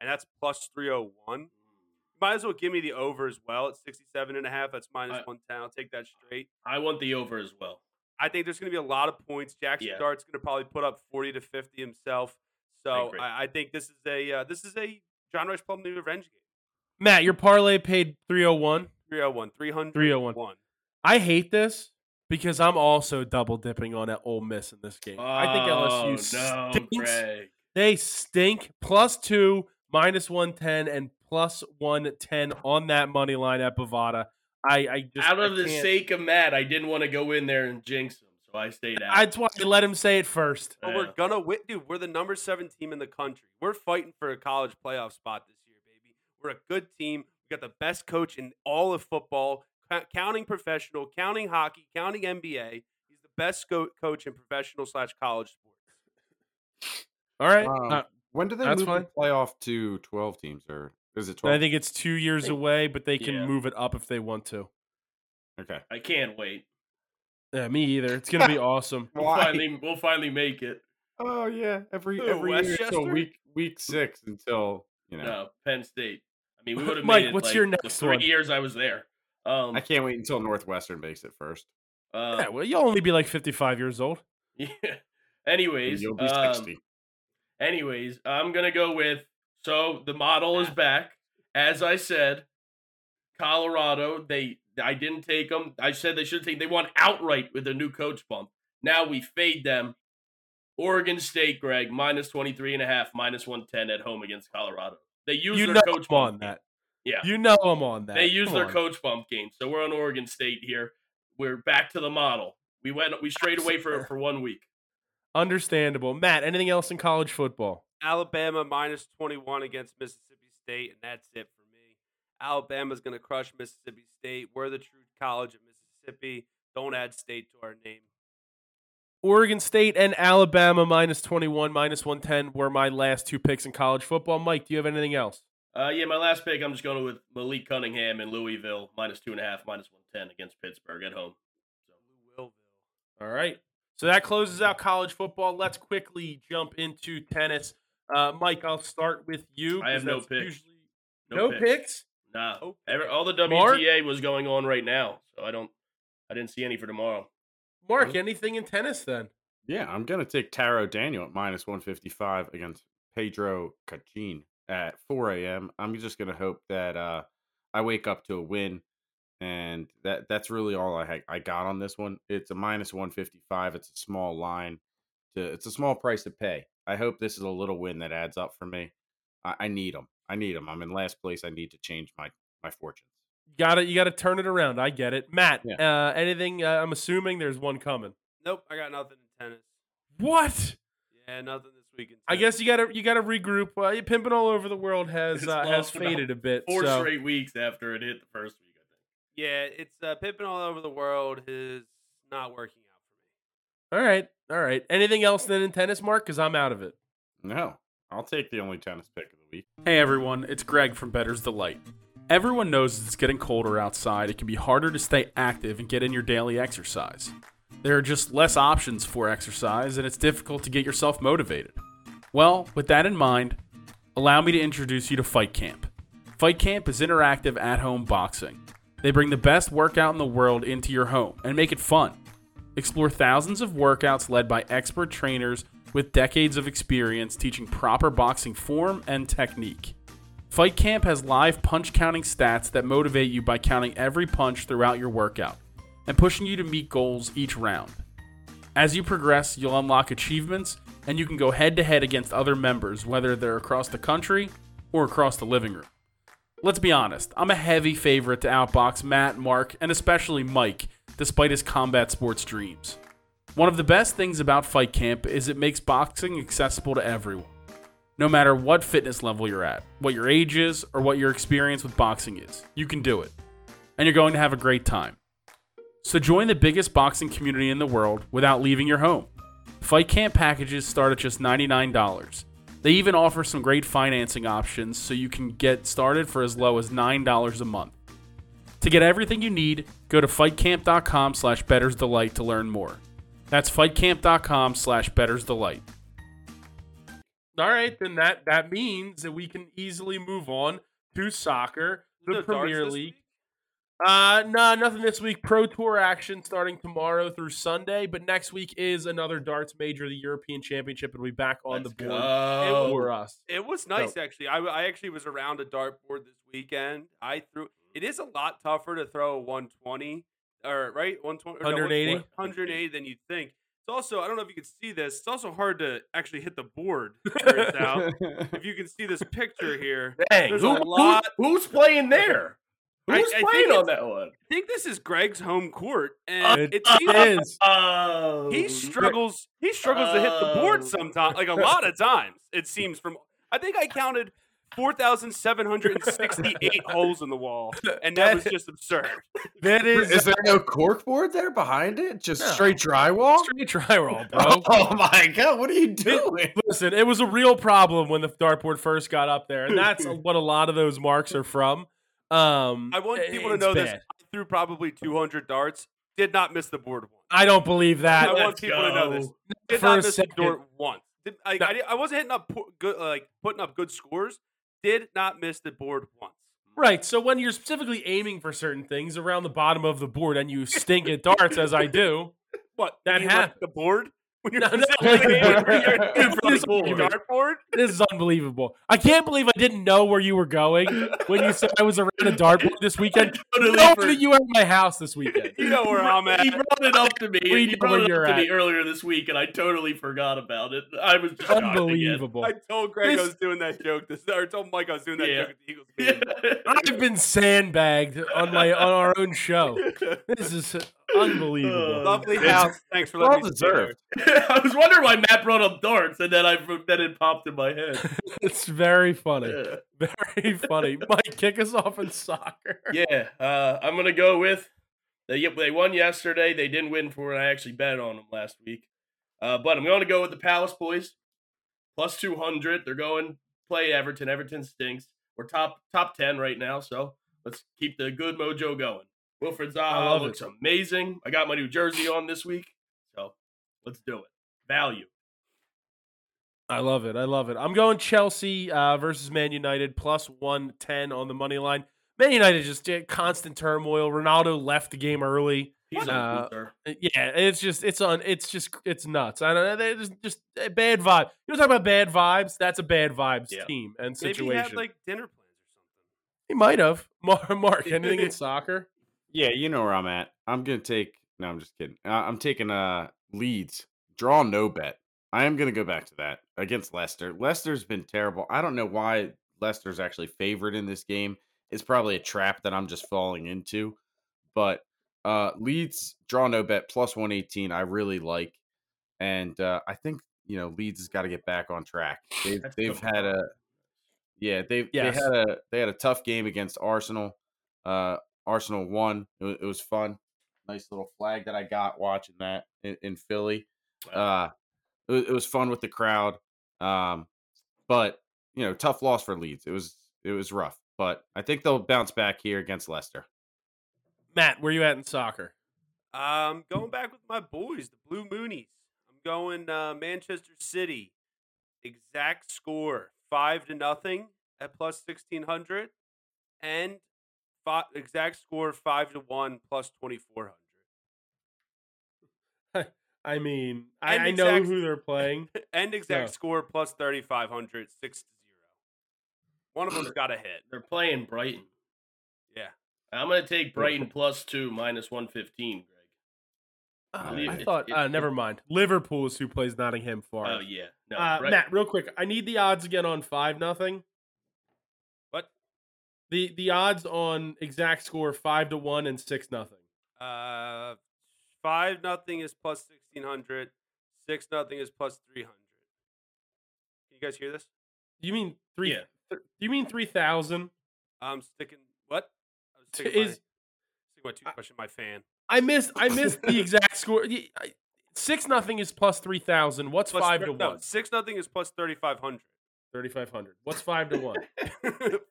S4: and that's plus 301.
S5: Mm.
S4: Might as well give me the over as well at 67 and a half. That's minus
S5: I-
S4: 110. I'll take that straight.
S5: I want the over as well.
S4: I think there's going to be a lot of points. Jackson
S5: Yeah.
S4: Dart's going to probably put up 40 to 50 himself. So
S5: agree.
S4: I, I think this is a uh, this is a John Rice Plumlee revenge game.
S2: Matt, your parlay paid 301.
S4: 301, 300,
S2: 301. I hate this because I'm also double dipping on at Ole Miss in this game. I think
S5: Oh, no,
S2: LSU stinks.
S5: Greg.
S2: They stink. Plus two, minus 110, and plus 110 on that money line at Bovada. I, I just
S5: Out of
S2: I
S5: the
S2: can't-
S5: sake of Matt, I didn't want to go in there and jinx him, so I stayed out. Uh,
S2: That's why I let him say it first.
S4: But
S5: Yeah.
S4: we're gonna win, dude. We're the number seven team in the country. We're fighting for a college playoff spot this year, baby. We're a good team. We got the best coach in all of football, ca- counting professional, counting hockey, counting NBA. He's the best co- coach in professional slash college sports.
S2: All right.
S3: Um,
S2: Uh,
S3: when do they
S2: that's
S3: move
S2: fine.
S3: the playoff to 12 teams, or is it 12?
S2: I think it's two years away, but they can
S5: Yeah.
S2: move it up if they want to.
S3: okay.
S5: I can't wait.
S2: Yeah, me either. It's gonna be awesome.
S5: <laughs> We'll finally, we'll finally make it.
S3: Oh yeah, every
S4: Who,
S3: every year
S4: Westchester?
S3: until week week six until you know.
S5: No, Penn State. I mean, we would have
S2: Mike,
S5: made it.
S2: what's
S5: like,
S2: your
S5: the
S2: next
S5: three
S2: one?
S5: years I was there. Um,
S3: I can't wait until Northwestern makes it first.
S5: uh,
S2: Yeah, well, you'll only be like 55 years old.
S5: <laughs> yeah.
S3: and
S5: Anyways,
S3: You'll be
S5: um,
S3: sixty.
S5: anyways, I'm gonna go with. So the
S2: <laughs>
S5: model is back, as I said. Colorado, they I didn't take them. I said they should take. They won outright with a new coach bump. Now we fade them. Oregon State, Greg, minus 23 and a half, minus 110 at home against Colorado. They use
S2: You
S5: their
S2: know
S5: coach
S2: I'm on
S5: bump game.
S2: that.
S5: Yeah.
S2: You know I'm on that.
S5: They use
S2: Come
S5: their
S2: on.
S5: coach bump game, so we're on Oregon State here. We're back to the model. We went, we strayed away for for one week.
S2: Understandable. Matt, anything else in college football?
S4: Alabama minus 21 against Mississippi State, and that's it for me. Alabama's going to crush Mississippi State. We're the true college of Mississippi. Don't add state to our name.
S2: Oregon State and Alabama minus 21, minus 110 were my last two picks in college football. Mike, do you have anything else?
S5: Uh, yeah, my last pick, I'm just going with Malik Cunningham in Louisville, minus two and a half, minus one ten against Pittsburgh at home.
S4: Louisville.
S2: All right. So that closes out college football. Let's quickly jump into tennis. Uh, Mike, I'll start with you.
S5: I have
S2: 'cause
S5: no
S2: that's
S5: picks.
S2: Usually...
S5: No, Uh,
S2: No,
S5: pick.
S2: picks?
S5: Nah,
S4: Oh,
S5: Every- all the
S2: Mark?
S5: WTA was going on right now, so I don't, I didn't see any for tomorrow.
S2: Mark,
S5: oh.
S2: anything in tennis then?
S3: Yeah, I'm gonna take Taro Daniel at minus one fifty five against Pedro Cachin at four a.m. I'm just gonna hope that uh I wake up to a win, and that that's really all I ha- I got on this one. It's a minus one fifty five. It's a small line. To it's a small price to pay. I hope this is a little win that adds up for me. I, I need them. I need them. I'm in last place. I need to change my my fortunes.
S2: Got it. You got to turn it around. I get it. Matt, uh, anything? Uh, I'm assuming there's one coming.
S4: Nope, I got nothing in tennis.
S2: What?
S4: Yeah, nothing this weekend.
S2: I guess you gotta you gotta regroup. Uh, yeah, pimping all over the world has
S5: It's
S2: uh, has
S5: lost for about
S2: faded a bit.
S5: Four
S2: so
S5: straight weeks after it hit the first week, I think.
S4: Yeah, it's uh, Pippin all over the world is not working out for me.
S2: all right, all right. Anything else then in tennis, Mark? Because I'm out of it.
S3: No, I'll take the only tennis pick of the week.
S2: Hey everyone, it's Greg from Better's Delight. Everyone knows it's getting colder outside. It can be harder to stay active and get in your daily exercise. There are just less options for exercise, and it's difficult to get yourself motivated. Well, with that in mind, allow me to introduce you to Fight Camp. Fight Camp is interactive at home boxing. They bring the best workout in the world into your home and make it fun. Explore thousands of workouts led by expert trainers with decades of experience teaching proper boxing form and technique. Fight Camp has live punch counting stats that motivate you by counting every punch throughout your workout and pushing you to meet goals each round. As you progress, you'll unlock achievements and you can go head to head against other members, whether they're across the country or across the living room let's be honest, I'm a heavy favorite to outbox Matt, Mark, and especially Mike, despite his combat sports dreams. One of the best things about Fight Camp is it makes boxing accessible to everyone, no matter what fitness level you're at, what your age is, or what your experience with boxing is. You can do it, and you're going to have a great time. So join the biggest boxing community in the world without leaving your home. Fight Camp packages start at just $99. They even offer some great financing options so you can get started for as low as $9 a month. To get everything you need, go to fightcamp.com slash bettersdelight to learn more. That's fightcamp.com slash bettersdelight. All right, then that, that means that we can easily move on to soccer, the
S4: No darts
S2: Premier
S4: this
S2: League.
S4: week?
S2: Uh, nah, nothing this week. Pro Tour action starting tomorrow through Sunday, but next week is another darts major, the European Championship, and we back on
S5: Let's
S2: the board
S5: go.
S2: for us.
S4: It was nice actually. I, I actually was around a dartboard this weekend. I threw. It is a lot tougher to throw a 120 or right 120 or no,
S2: 180?
S4: 180 than you'd think. It's also I don't know if you can see this. It's also hard to actually hit the board. turns
S3: <laughs>
S4: out. if you can see this picture here,
S5: Dang,
S4: There's
S5: who-
S4: a
S5: who-
S4: lot-
S5: who's playing
S4: I-
S5: there? Who's
S4: I think
S5: playing on
S4: it's-
S5: that one?
S4: I think this is Greg's home court, and
S2: It
S4: it seems
S2: is.
S5: Oh,
S4: he struggles he struggles to hit the board
S5: Oh.
S2: <laughs>
S4: sometimes like a lot of times it seems from i think i counted
S2: <laughs>
S4: 4768 holes in the wall and that was just absurd
S2: That
S3: Is, there no cork board there behind it? Just straight drywall?
S2: <laughs> straight dry roll, bro.
S3: <laughs> Oh my god, what are you doing?
S2: Listen, it was a real problem when the dartboard first got up there, and
S4: <laughs>
S2: that's what a lot of those marks are from. Um,
S4: i want people to
S2: it's
S4: know this
S2: bad.
S4: i threw probably 200 darts did not miss the board once
S2: I don't believe
S4: i
S2: that.
S4: want people to know this did
S2: For a
S4: not miss
S2: second.
S4: the dart once Did- I,
S2: No.
S4: I, didn't- I wasn't hitting up po- good like putting up good scores did not miss the board once
S2: Right. So when you're specifically aiming for certain things around the bottom of the board and you stink at darts, as I do,
S4: what
S2: That
S4: you look at
S2: happened.
S4: the board when you're
S2: No, no.
S4: specifically aiming for your-
S2: Dude,
S4: for
S2: this
S4: the dartboard
S2: this is unbelievable. I can't believe I didn't know where you were going when you said I was around a dartboard this weekend.
S5: <laughs> totally
S2: No,
S5: for-
S2: you were at my house this
S5: <laughs>
S2: weekend.
S4: you know where
S2: <laughs>
S4: I'm at.
S5: He brought it up to me.
S2: We
S5: he
S2: know
S5: brought
S2: where
S5: it up
S2: you're
S5: to
S2: at.
S5: me earlier this week, and I totally forgot about it. I was shocked again.
S2: Unbelievable.
S4: I told Greg I
S2: This-
S4: was doing that joke. This, or I told Mike I was doing that
S5: Yeah.
S4: joke at the Eagles game.
S2: I've been sandbagged on my on our own show. This is
S5: Uh,
S2: unbelievable.
S4: Lovely
S3: It's
S4: house. Thanks for
S3: Well
S4: letting me stay there.
S3: deserved.
S5: <laughs> I was wondering why Matt brought up darts, and then I then it popped in
S2: <laughs>
S5: my head.
S2: It's very funny.
S5: Yeah.
S2: Very funny. Mike, kick us off in soccer.
S5: yeah, uh, I'm gonna go with they. yep, They won yesterday. They didn't win for it. I actually bet on them last week, uh, but I'm going to go with the Palace boys plus 200. They're going play Everton. Everton stinks. We're top top 10 right now, so let's keep the good mojo going. Wilfred
S2: I
S5: Zaha
S2: love
S5: looks amazing. I got my new jersey on this week, so let's do it. Value.
S2: I love it. I love it. I'm going Chelsea uh, versus Man United plus 110 on the money line. Man United just uh, constant turmoil. Ronaldo left the game early.
S5: He's
S2: Uh,
S5: a loser.
S2: Yeah, it's just it's on it's just it's nuts. I don't know. It's just a bad vibe. You know, talk about bad vibes. That's a bad vibes
S5: Yeah.
S2: team and
S4: Maybe
S2: situation.
S4: he had like dinner plans or
S2: He might have. <laughs> Mark,
S5: <laughs>
S2: Mark anything in soccer?
S3: Yeah, you know where I'm at. I'm gonna take. No, I'm just kidding. Uh, I'm taking uh leads. Draw no bet. I am gonna go back to that against Leicester. Leicester's been terrible. I don't know why Leicester's actually favored in this game. It's probably a trap that I'm just falling into. But uh Leeds draw no bet plus 118. I really like, and uh I think you know Leeds has got to get back on track. They've,
S5: That's a
S3: they've
S5: good point.
S3: had a yeah they've
S2: Yes.
S3: they had a they had a tough game against Arsenal. Uh, Arsenal won. It was, it was fun. Nice little flag that I got watching that in, in Philly. Uh, it was, it was fun with the crowd. Um, but you know tough loss for Leeds. It was it was rough, but I think they'll bounce back here against Leicester.
S2: Matt, where you at in soccer?
S4: I'm Um, going back with my boys, the Blue Moonies. I'm going uh, Manchester City. Exact score five to nothing at plus sixteen hundred, and five, exact score five to one plus twenty four hundred.
S2: I mean,
S4: And
S2: I, I know
S4: exact-
S2: who they're
S5: <laughs>
S2: playing.
S4: And exact
S2: Yeah.
S4: score plus thirty five hundred, six to zero. One of them's got a hit.
S5: They're playing Brighton.
S4: Yeah.
S5: I'm gonna take Brighton plus two minus one fifteen. Greg.
S2: Oh,
S3: Leave
S2: I
S5: it.
S2: thought.
S5: It-
S2: uh, never mind. Liverpool is who plays Nottingham
S5: Oh
S2: Forest.
S5: yeah, no,
S2: uh,
S5: Bright- <laughs>
S2: Matt, real quick, I need the odds again on five nothing.
S4: What?
S2: The the odds on exact score five to one and six nothing.
S4: Uh, five nothing is plus sixteen hundred. Six nothing is plus three hundred. Can you guys hear this?
S2: You mean three?
S5: Yeah.
S2: th- you mean three thousand?
S4: I'm sticking what? I was sticking my,
S2: Is
S4: sticking my toothbrush in my fan.
S2: I missed I missed <laughs> the exact score. Y- I- Six nothing is plus three thousand. What's
S4: Plus
S2: five
S4: thir-
S2: to
S4: no,
S2: one?
S4: Six nothing is plus thirty five hundred. <laughs>
S2: Thirty five hundred. What's five to one?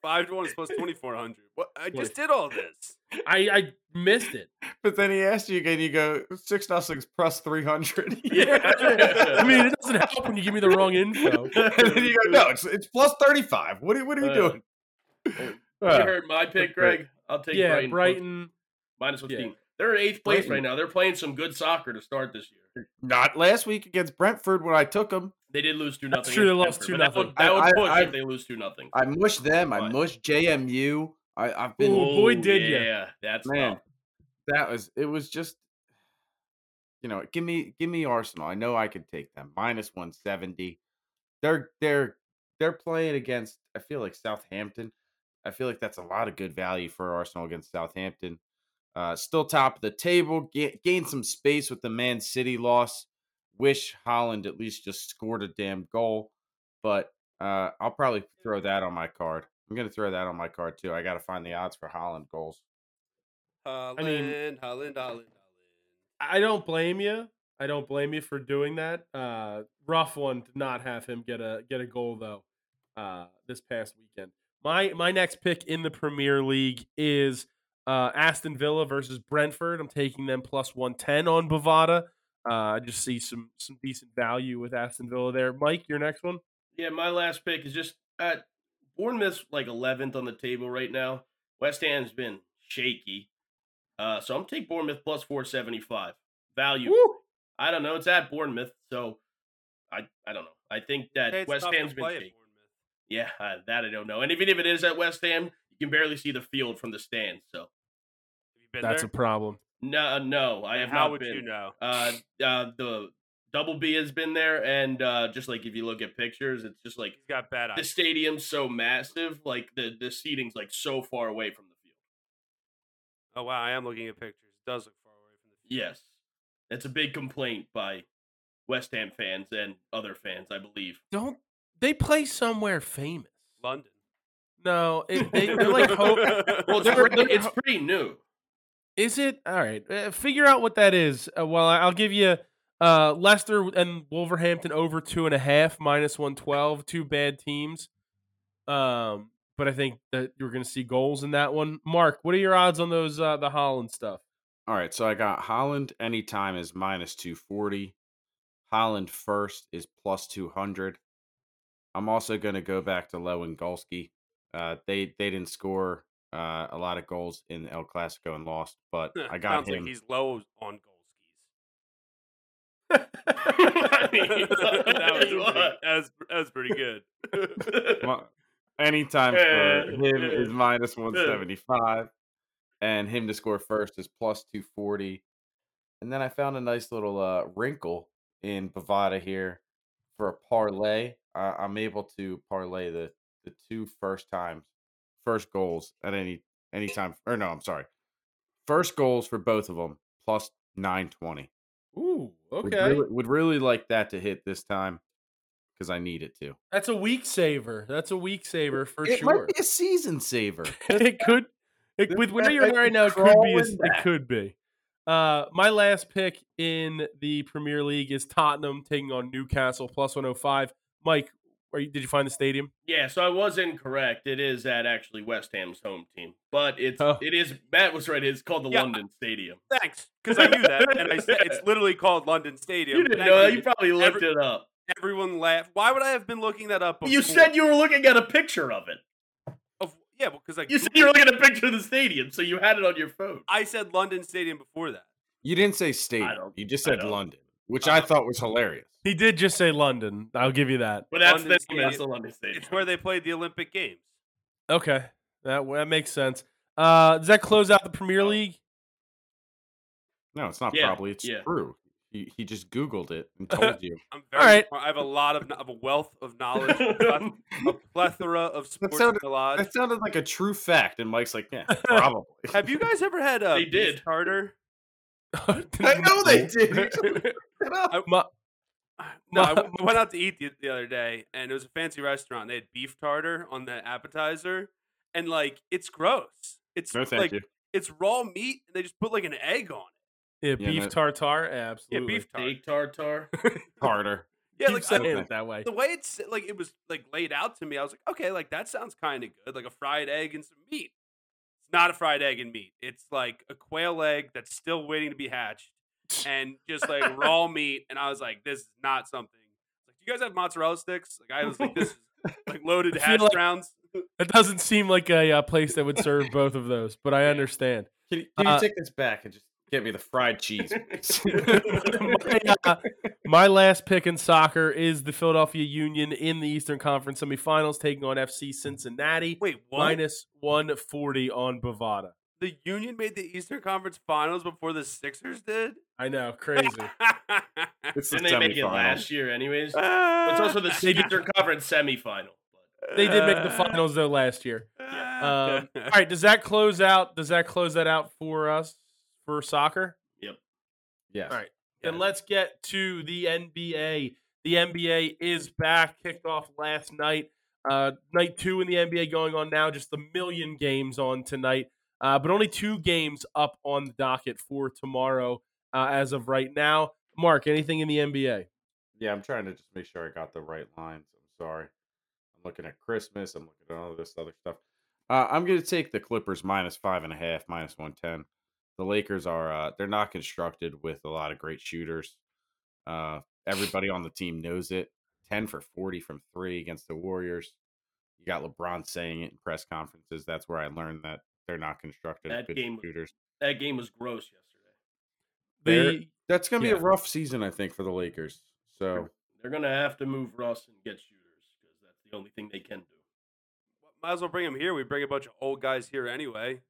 S4: five to one
S2: <laughs>
S4: is plus twenty four hundred. What? I just did all this.
S2: I I missed <laughs> it.
S3: But then he asked you again. You go six nothing plus three hundred. <laughs>
S2: I mean, it doesn't help when you give me the wrong <laughs> info.
S3: and then you go, no, it's it's plus thirty five. What are, what are you
S5: Uh,
S3: doing?
S5: you
S3: <laughs> Uh,
S5: heard my pick,
S3: Bright-
S5: Greg. I'll take
S2: Yeah,
S5: Brighton, plus-
S2: Brighton.
S5: minus
S2: yeah.
S5: fifteen. They're in eighth place right
S3: Brighton.
S5: now. They're playing some good soccer to start this year.
S3: not last week against Brentford when I took them.
S5: They did lose two
S2: That's
S5: nothing.
S2: true,
S5: against
S2: they lost
S5: Brentford, but
S2: 2-0.
S5: That would,
S3: I-
S5: that would
S3: I-
S5: push
S3: I-
S5: if they lose two nothing.
S3: I mushed them. I
S5: Right.
S3: mushed JMU. I, I've been
S2: Ooh, boy, did ya.
S5: Oh, Yeah, that's
S3: man.
S5: tough.
S3: That was it. Was just you know, give me give me Arsenal. I know I could take them minus one seventy. They're they're they're playing against. I feel like Southampton. I feel like that's a lot of good value for Arsenal against Southampton. Uh, still top of the table. Ga- gain some space with the Man City loss. Wish Holland at least just scored a damn goal, but uh, I'll probably throw that on my card. I'm gonna throw that on my card too. I got to find the odds for Holland goals.
S4: Holland,
S2: mean-
S4: Holland, Holland, Holland.
S2: I don't blame you. I don't blame you for doing that. Uh, rough one to not have him get a get a goal though. Uh, this past weekend. My my next pick in the Premier League is uh, Aston Villa versus Brentford. I'm taking them plus one ten on Bovada. Uh, I just see some some decent value with Aston Villa there. Mike, your next one.
S5: Yeah, my last pick is just uh, Bournemouth's like 11th on the table right now. West Ham's been shaky. Uh, so I'm gonna take Bournemouth plus 475 value.
S2: Woo!
S5: I don't know. It's at Bournemouth, so I I don't know. I think that
S4: Hey, it's
S5: West
S4: tough to
S5: Ham's been
S4: play at
S5: shaky.
S4: Bournemouth.
S5: Yeah, uh, that I don't know. And even if it is at West Ham, you can barely see the field from the stands. So
S4: Have you been
S2: That's a
S4: there?
S2: problem.
S5: no, no, I have
S4: How
S5: not
S4: would
S5: been.
S4: you know?
S5: Uh, uh, the Double B has been there, and uh, just like if you look at pictures, it's just like
S4: He's got bad
S5: the
S4: eyes.
S5: stadium's so massive, like the the seating's like so far away from the field.
S4: Oh wow, I am looking at pictures. It does look far away from the.
S5: Yes, that's a big complaint by West Ham fans and other fans, I believe.
S2: Don't they play somewhere famous?
S4: London.
S2: No, it, they, they're
S4: <laughs>
S2: like home,
S5: Well, it's,
S2: they're-
S5: pretty,
S2: they're-
S5: it's pretty new.
S2: Is it all right? Uh, figure out what that is. Uh, well, I- I'll give you uh, Leicester and Wolverhampton over two and a half, minus one twelve. Two bad teams, um, but I think that you're going to see goals in that one. Mark, what are your odds on those uh, the Holland stuff?
S3: All right, so I got Holland anytime is minus 240. Holland first is plus 200. I'm also going to go back to Lewandowski. Uh, they they didn't score uh, a lot of goals in El Clasico and lost, but
S4: <laughs>
S3: I got
S4: Sounds
S3: him.
S4: like he's low on goal skis. <laughs>
S5: I mean,
S4: that, was pretty,
S5: what?
S4: that, was, that was pretty good.
S3: Well, anytime for
S5: Eh,
S3: him is
S5: eh,
S3: minus 175, and him to score first is plus 240. And then I found a nice little uh, wrinkle in Bovada here for a parlay. Uh, I'm able to parlay the, the two first times, first goals at any any time. Or no, I'm sorry, first goals for both of them plus 920.
S2: Ooh,
S3: Would really, would really like that to hit this time. because I need it to.
S2: That's a week saver. That's a week saver for
S3: it
S2: sure.
S3: might be a season saver.
S2: it could. It,
S3: This
S2: with where
S3: guy
S2: you're
S3: might
S2: at
S3: be
S2: right now, it could be. A,
S3: crawling
S2: it
S3: back.
S2: could be. Uh, my last pick in the Premier League is Tottenham taking on Newcastle plus 105. Mike, are you, did you find the stadium?
S5: Yeah, so I was incorrect. It is at actually West Ham's home team, but it's
S2: Oh.
S5: it is Matt was right. It's called the
S4: Yeah.
S5: London Stadium.
S4: Thanks, <laughs> because I knew that, and I said it's literally called London Stadium.
S5: You didn't
S4: Thank
S5: know that. You probably looked
S4: Every-
S5: it up.
S4: Everyone laughed. Why would I have been looking that up? Before?
S5: You said you were looking at a picture of it.
S4: Of, yeah, because I
S5: You said you were looking at a picture of the stadium, so you had it on your phone.
S4: I said London Stadium before that.
S3: You didn't say state.
S5: don't-
S3: You just
S5: I
S3: said
S5: don't.
S3: London, which I thought was hilarious.
S2: He did just say London. I'll give you that.
S5: But that's
S4: London
S5: the name. That's the
S4: Stadium.
S5: London Stadium.
S4: It's where they played the Olympic Games.
S2: Okay, that that makes sense. Uh, does that close out the Premier <laughs> League?
S3: No, it's not
S5: Yeah,
S3: probably. It's
S5: yeah.
S3: true. He, he just Googled it <laughs> and told you.
S4: I'm
S2: All
S4: very
S2: right.
S4: smart. I have a lot of, kn- of a wealth of
S5: <laughs>
S4: knowledge, a plethora of sports
S3: sounded-
S4: knowledge.
S3: That sounded like a true fact, and Mike's like, yeah, <laughs> probably.
S4: Have you guys ever had a
S5: They
S4: beef
S5: did.
S4: tartar?
S3: I know they did.
S4: <laughs>
S3: Shut up.
S2: <laughs> My-
S4: No, I
S2: No.
S4: w- went out to eat the, the other day, and it was a fancy restaurant. They had beef tartar on the appetizer, and like it's gross. It's
S3: <laughs> No, thank
S4: like
S3: you.
S4: it's raw meat, and they just put like an egg on it.
S2: yeah,
S3: Yeah,
S2: beef
S3: no.
S2: tartare,
S4: Yeah,
S2: absolutely.
S4: beef tartar.
S5: Steak tartar.
S3: Carter.
S4: Yeah,
S2: Keep
S4: like I-
S2: saying it that way.
S4: the way it's like it was like laid out to me, I was like, okay, like that sounds kind of good, like a fried egg and some meat. It's not a fried egg and meat. It's like a quail egg that's still waiting to be hatched, and just
S2: <laughs>
S4: like raw meat. And I was like, this is not something. Like, do you guys have mozzarella sticks? Like I was like, this is like
S2: <laughs>
S4: loaded
S2: I feel
S4: hash
S2: like-
S4: browns.
S2: That doesn't seem like a uh, place that would serve both of those,
S4: <laughs>
S2: but I understand.
S3: Can you, can you
S2: Uh,
S3: take this back and just get me the fried cheese? please?
S2: <laughs> my, uh, my last pick in soccer is the Philadelphia Union in the Eastern Conference semifinals, taking on FC Cincinnati
S4: Wait, what?
S2: minus 140 on Bovada.
S4: the Union made the Eastern Conference Finals before the Sixers did.
S2: I know, crazy.
S3: <laughs> <laughs> it's the
S5: Didn't they make it
S3: semifinal.
S5: last year, anyways? It's
S4: it's <laughs>
S5: also <laughs> the
S2: They did.
S5: Eastern Conference semifinal.
S2: they did make the finals though last year. Um,
S4: <laughs>
S2: all right, does that close out? Does that close that out for us for soccer?
S3: Yes.
S2: All right. And
S5: Yeah.
S2: let's get to the NBA. The NBA is back, kicked off last night. Uh, night two in the NBA going on now, just a million games on tonight, uh, but only two games up on the docket for tomorrow uh, as of right now. Mark, anything in the NBA?
S3: Yeah, I'm trying to just make sure I got the right lines. I'm sorry. I'm looking at Christmas. I'm looking at all this other stuff. Uh, I'm going to take the Clippers minus five and a half, minus 110. The Lakers are, uh, they're not constructed with a lot of great shooters. Uh, everybody on the team knows it. 10 for 40 from three against the Warriors. You got LeBron saying it in press conferences. That's where I learned that they're not constructed as
S5: That
S3: good
S5: game was-
S3: shooters.
S5: That game was gross yesterday.
S3: They're-
S2: The,
S3: That's going to be
S2: yeah.
S3: a rough season, I think, for the Lakers. So
S5: They're gonna have to move Russ and get shooters because that's the only thing they can do.
S4: Might as well bring him here. We bring a bunch of old guys here anyway.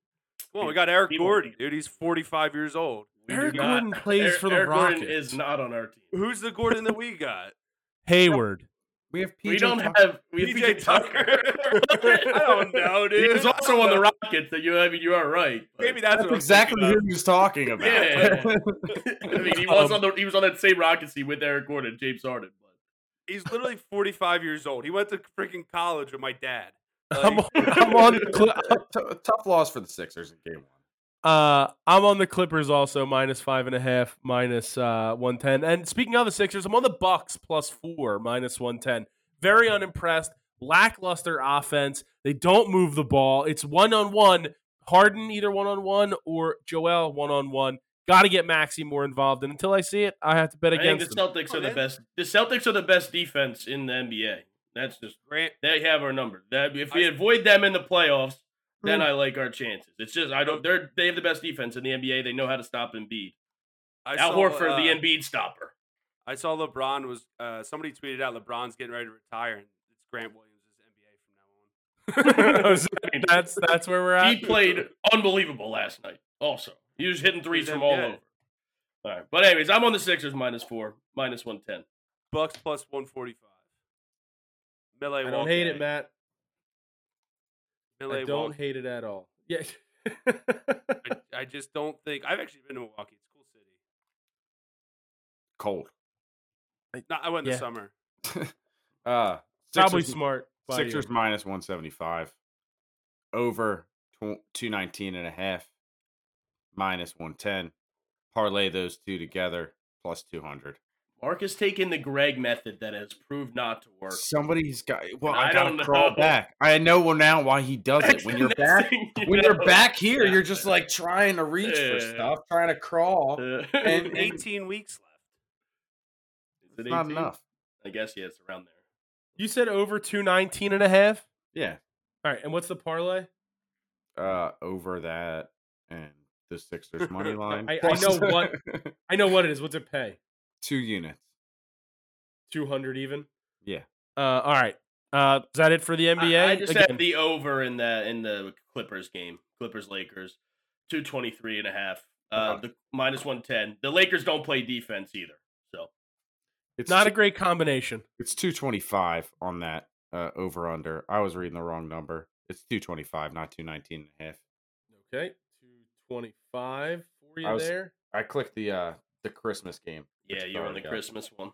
S4: Well, we got Eric
S5: People-
S4: Gordon, dude. He's 45 years old.
S5: We do
S2: Eric
S5: not-
S2: Gordon plays
S5: Eric-
S2: for the
S5: Eric
S2: Rockets.
S5: Gordon is not on our team.
S4: Who's the Gordon that we got?
S5: <laughs>
S2: Hayward.
S3: we have PJ
S5: we don't
S3: Tucker.
S5: have <laughs> we have
S4: PJ Tucker.
S5: <laughs>
S4: <laughs> I don't know,
S5: He
S4: dude.
S5: was
S4: I don't
S5: also on the
S4: know.
S5: Rockets. That you, I mean, you are right. but-
S4: Maybe that's,
S3: That's
S4: what I'm
S3: exactly
S4: thinking
S3: who
S4: of.
S3: he was talking about. <laughs>
S5: Yeah. <laughs> I mean, he was
S2: Um,
S5: on the he was on that same Rockets team with Eric Gordon, and James Harden. But
S4: He's literally 45 years old. He went to freaking college with my
S2: <laughs>
S4: dad.
S2: I'm, on,
S4: Like,
S2: I'm on the
S5: <laughs>
S2: Cli-
S3: uh, T- tough loss for the Sixers in game one.
S2: Uh, I'm on the Clippers also minus five and a half, minus uh, one ten. And speaking of the Sixers, I'm on the Bucks plus four, minus one ten. Very unimpressed, lackluster offense. They don't move the ball. It's one on one. Harden either one on one or Joel one on one. Got to get Maxi more involved. And until I see it, I have to bet
S5: I think the
S2: against them.
S5: Celtics
S4: Oh,
S5: are the
S4: man.
S5: best. The Celtics are the best defense in the NBA. That's just
S4: Grant,
S5: they have our number. That if we
S4: I-
S5: avoid them in the playoffs, then I like our chances. It's just I don't. They're they have the best defense in the NBA. They know how to stop Embiid.
S4: I
S5: Al
S4: saw,
S5: Horford,
S4: uh,
S5: the Embiid stopper.
S4: I saw LeBron was uh, somebody tweeted out LeBron's getting ready to retire, and it's Grant Williams' NBA from now on.
S5: <laughs>
S2: <laughs> that's that's where we're at.
S5: He played unbelievable last night. Also, he was hitting threes
S4: He's
S5: from all
S4: NBA.
S5: over. All right, but anyways, I'm on the Sixers minus four, minus one ten.
S4: Bucks plus 145. Melee
S2: I don't hate it,
S5: Okay.
S2: Matt.
S4: Melee
S2: I don't hate it at all. Yeah. <laughs>
S4: I, I just don't think I've actually been to Milwaukee. It's a cool city.
S3: Cold. <laughs>
S4: No, I went in
S2: Yeah.
S4: the summer.
S3: Uh,
S2: Probably
S3: Sixers-
S2: smart. by you.
S3: Sixers minus 175. Over tw- 219 and a half. Minus 110. Parlay those two together. Plus 200.
S5: Mark has taken the Greg method that has proved not to work.
S3: Somebody's got. eh, Well,
S5: I
S3: I, gotta
S5: don't
S3: crawl
S5: know.
S3: back. I know now why he does it.
S5: That's <laughs>
S3: When
S5: the
S3: you're
S5: next
S3: back,
S5: thing you
S3: when you're
S5: know. <laughs>
S3: back here,
S5: Yeah.
S3: you're just like trying to reach for
S5: Yeah.
S3: stuff, trying to crawl.
S5: Uh,
S3: And-
S5: is
S3: and-
S4: 18 weeks left.
S5: it
S3: It's not
S5: 18?
S3: enough.
S5: I guess yeah, it's around there.
S2: You said over 219 and a half?
S3: Yeah.
S2: All right. And what's the parlay?
S3: Uh, over that and the Sixers <laughs> money line.
S2: I- I
S3: plus-
S2: know what- I know what it is. What's it pay?
S3: <laughs> two units.
S2: 200 even?
S3: Yeah.
S2: Uh, all right. Uh, is that it for the NBA?
S5: I, I just
S2: Again,
S5: had the over in the in the Clippers game. Clippers Lakers 223 and a half. Uh
S3: Okay.
S5: the minus 110. The Lakers don't play defense either. So
S3: It's
S2: not
S3: two-
S2: a great combination.
S3: It's 225 on that uh, over under. I was reading the wrong number. It's 225, not 219 and a half.
S2: Okay. 225 for you
S3: I was-
S2: there.
S3: I clicked the uh the Christmas game.
S5: yeah,
S3: Which
S5: you're on
S3: card
S5: the
S3: I got?
S5: Christmas one.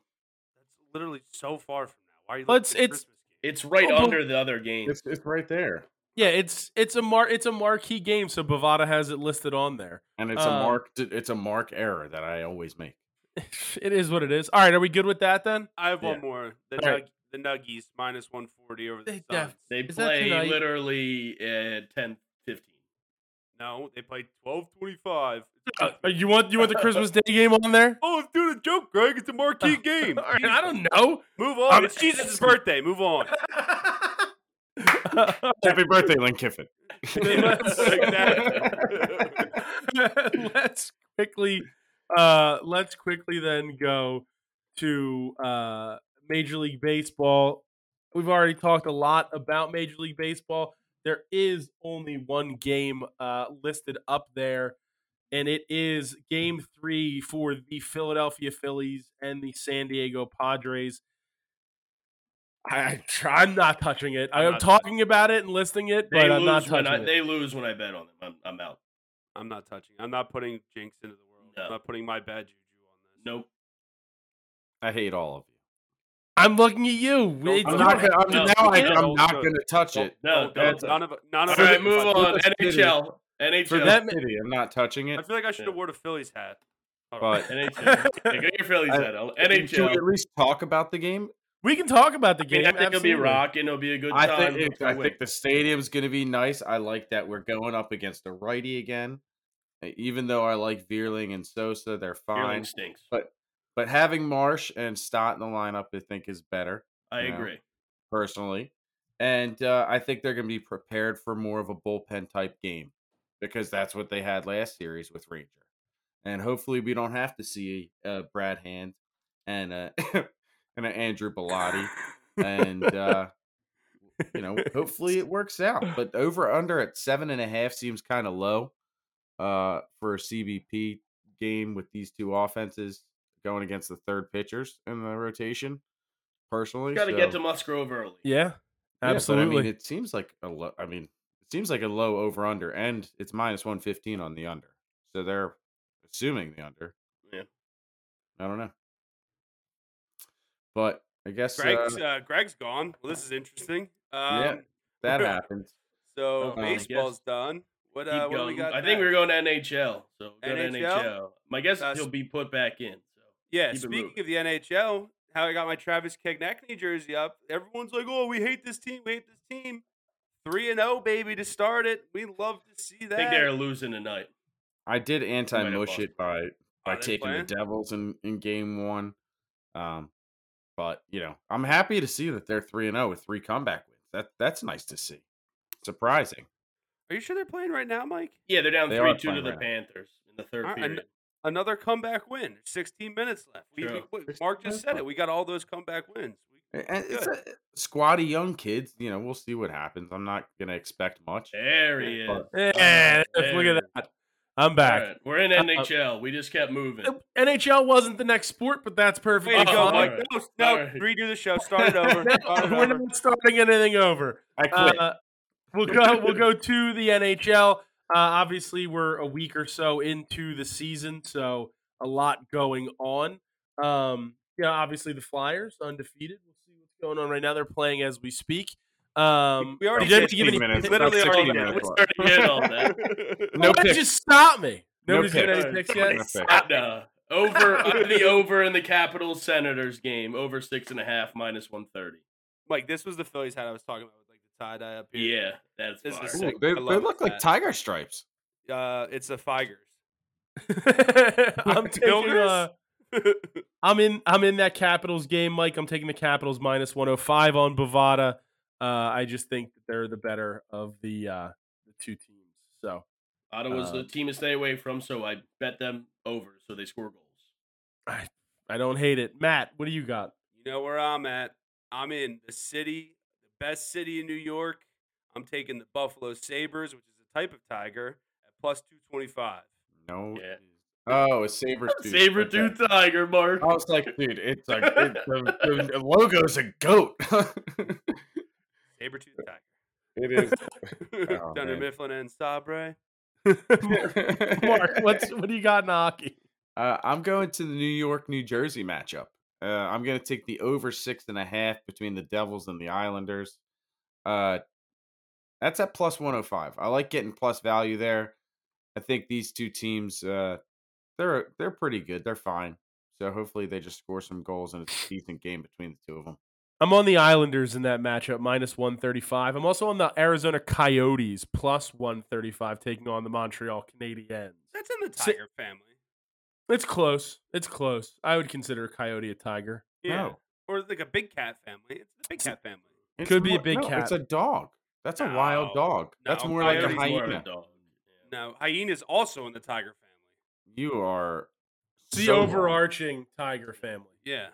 S4: That's literally so far from now. Why are you
S2: Let's-
S4: looking at
S2: it's-
S4: Christmas games?
S5: It's right
S2: Oh, but-
S5: under the other game.
S3: It's it's right there.
S2: Yeah, it's it's a mar- it's a marquee game, so Bovada has it listed on there.
S3: And it's
S2: Um,
S3: a mark it's a mark error that I always <laughs> make.
S2: it is what it is. All right, are we good with that then?
S4: I have
S3: Yeah.
S4: one more. The,
S2: All right.
S4: Nug- the Nuggies minus 140 over the
S2: They
S4: Suns.
S2: def-
S5: They
S2: Is that
S5: play
S2: tonight?
S5: literally at 10 15.
S4: No, they played 12:25.
S2: Uh, you want you want the Christmas Day game on there?
S4: Oh, it's doing a joke, Greg. It's
S2: <laughs>
S4: a marquee game.
S2: All right, I don't know.
S4: Move on.
S2: I'm- <laughs>
S4: it's Jesus' birthday. Move on. <laughs>
S3: Happy birthday, Lynn Kiffin.
S2: Let's- <laughs> let's quickly uh let's quickly then go to uh Major League Baseball. We've already talked a lot about Major League Baseball. There is only one game uh listed up there and it is game 3 for the Philadelphia Phillies and the San Diego Padres. I, I'm not touching it.
S4: I'm
S2: I'm
S4: not-
S2: talking about it and listing it,
S5: They
S2: but I'm
S5: lose
S2: not
S5: when
S2: touching
S5: I,
S2: it.
S5: they lose when I bet on them. I'm, I'm out.
S4: I'm not touching. I'm not putting Jinx into the world.
S5: No.
S4: I'm not putting my bad juju on this.
S5: Nope.
S3: <laughs> I hate all of you.
S2: I'm looking at you. It's-
S3: I'm
S2: you don't-
S3: not gonna, I'm,
S5: no,
S3: now I,
S2: no,
S3: I'm not
S4: no.
S3: going to touch it.
S5: No,
S4: Don't-
S5: that's-
S4: none of none
S5: All
S4: of.
S5: right, move
S3: fuck
S5: on.
S3: with this idiot.
S5: NHL.
S3: For
S5: NHL.
S3: that city, I'm not touching
S4: I
S3: it.
S4: feel like I should
S5: Yeah.
S4: have worn a Phillies hat. All
S3: But-
S4: <laughs>
S5: NHL. Yeah, Get your Phillies
S3: I-
S5: hat. I'll-
S3: Should we
S5: NHL.
S3: at least talk about the game?
S2: we can talk about the
S5: I mean,
S2: game.
S5: I think it'll be
S2: absolutely.
S5: rocking. It'll be a good
S3: I think
S5: time.
S3: it's,
S5: Hopefully
S3: I
S5: win.
S3: think the stadium's going to be nice. I like that we're going up against a righty again. Uh, Even though I like Veerling and Sosa, they're
S5: Your
S3: fine.
S5: link stinks.
S3: But having Marsh and Stott in the lineup, I think, is better
S5: I
S3: Yeah.
S5: agree.
S3: personally. And uh, I think they're going to be prepared for more of a bullpen type game because that's what they had last series with Ranger. And hopefully, we don't have to see uh, Brad Hand and uh, <coughs> and uh, Andrew Bellotti and uh you
S5: <laughs>
S3: know hopefully it works out but over under at seven and a half seems kind of low uh for a cbp game with these two offenses going against the third pitchers in the rotation personally
S5: You got to get
S3: so-
S5: to Musgrove early.
S2: Yeah,
S3: Yeah, but
S2: absolutely.
S3: i mean it seems like a low i mean it seems like a low over under and it's minus 115 on the under so they're assuming the under
S5: Yeah.
S3: i don't know but i guess
S4: Greg's
S3: uh,
S4: uh, Greg's gone. Well, this is interesting. Um,
S3: Yeah. that
S5: <laughs>
S3: happens
S4: So
S5: Um, I guess-
S4: baseball's done. What uh,
S5: Keep
S4: what do we
S5: going.
S4: got?
S5: I
S4: next?
S5: think we're going to NHL. So go to
S4: NHL?
S5: NHL. My guess
S4: Uh,
S5: is he'll be put back in. So
S4: Yeah,
S5: Keep it
S4: speaking
S5: moving.
S4: of the NHL, how I got my Travis Konechny jersey up. Everyone's like, "Oh, we hate this team. We hate this team." Three and zero, baby, to start it. We love to see
S5: I
S4: that.
S5: think they're losing tonight.
S3: I did anti
S5: have
S3: mush
S5: lost.
S3: it by by
S4: they
S3: taking
S4: playing?
S3: the Devils in, in game one. Um, but you know, I'm happy to see that they're three and zero with three comeback wins. That that's nice to see. Surprising.
S4: Are you sure they're playing right now, Mike?
S5: Yeah, they're down
S3: They are
S5: 3 2 to
S3: playing
S5: the
S3: right now.
S5: Panthers in the third
S4: Aren't- and-
S5: period.
S4: Another comeback win. There's 16 minutes left. We, we,
S5: True.
S4: we- Mark just said it. We got all those comeback wins. We,
S3: A- and it's a squatty young kids. You know, we'll see what happens. I'm not gonna expect much.
S5: There he is.
S3: But-
S2: yeah, look at that. I'm
S5: All
S2: back.
S5: right, we're
S4: Uh,
S5: in NHL. We just
S4: <laughs>
S5: kept moving.
S2: NHL wasn't the next sport, but that's perfect.
S4: way to go,
S5: Oh, all
S4: Mike.
S5: right.
S4: No, no,
S5: All right.
S4: redo the show. Start it over. Start it
S2: <laughs> We're
S4: over.
S2: not starting anything over.
S3: I quit.
S2: Uh, we'll go. We'll go to the NHL. Uh, obviously, we're a week or so into the season, so a lot going on. Um, yeah, obviously the Flyers undefeated. We'll see what's going on right now. They're playing as we speak. Um,
S4: We already
S2: you didn't
S4: did
S2: give any-
S3: 16 minutes.
S4: literally
S3: About
S4: already
S3: 16
S4: did.
S3: minutes
S5: We're
S3: left.
S5: starting to get on that.
S2: <laughs>
S3: No
S2: Why'd
S3: picks.
S2: you stop me?
S3: No
S2: Nobody's
S3: picks.
S2: given any picks
S3: No
S2: yet.
S3: picks.
S5: And, uh, over under the over in the Capitals Senators game over six and a half minus one thirty.
S4: Like this was the Phillies hat I was talking about, with, like the tie dye up here.
S5: Yeah, that's
S4: This is
S5: fire.
S3: Ooh,
S4: sick.
S3: they
S4: I
S3: they
S4: love
S3: look like
S4: that.
S3: tiger stripes.
S4: Yeah, uh, it's the Figers.
S2: <laughs>
S3: <laughs>
S2: I'm taking. Uh, I'm in. I'm in that Capitals game, Mike. I'm taking the Capitals minus 105 on Bovada. Uh, I just think that they're the better of the uh, the two teams. So
S5: Ottawa's
S3: Uh,
S5: the
S2: Um,
S5: team to stay away from, so I bet them over, so they score goals.
S2: I don't hate it. Matt, what do you
S3: <laughs>
S2: got?
S4: You know where I'm at. I'm in the city, the best city in New York. I'm taking the Buffalo Sabers, which is a type of tiger, at plus two twenty five.
S3: No.
S5: Yeah.
S3: Oh, a
S5: <laughs>
S3: saber tooth.
S5: Saber
S3: Okay.
S5: tooth tiger, Mark.
S3: I was like, dude, it's like it, the, the logo's a goat. <laughs>
S4: Sabertooth tiger.
S3: it is. Oh,
S4: <laughs> Thunder
S3: man.
S4: Mifflin and Sabre.
S2: Mark, what's what do you got in hockey?
S3: Uh, I'm going to the New York New Jersey matchup. Uh, I'm going to take the over six and a half between the Devils and the Islanders. Uh, that's at plus 105. I like getting plus value there. I think these two teams, uh, they're they're pretty good. They're fine. So hopefully they just score some goals and it's a decent game between the two of them.
S2: I'm on the Islanders in that matchup, minus 135. I'm also on the Arizona Coyotes, plus 135, taking on the Montreal Canadiens.
S4: That's in the
S2: Sa-
S4: tiger family.
S2: It's close. It's close. I would consider a coyote a tiger.
S4: Yeah.
S3: No.
S4: Or like a big cat family. It's the big cat family.
S3: It's
S2: Could be a
S3: more-
S2: big cat.
S3: It's a dog. That's a wild
S4: No.
S3: dog. That's
S4: No,
S3: more like a
S4: coyotes
S5: Coyotes are
S3: hyena.
S5: dog. Yeah.
S4: No, hyena's also in the tiger family.
S3: You are
S2: The
S3: so wrong.
S2: overarching tiger family.
S4: Yeah.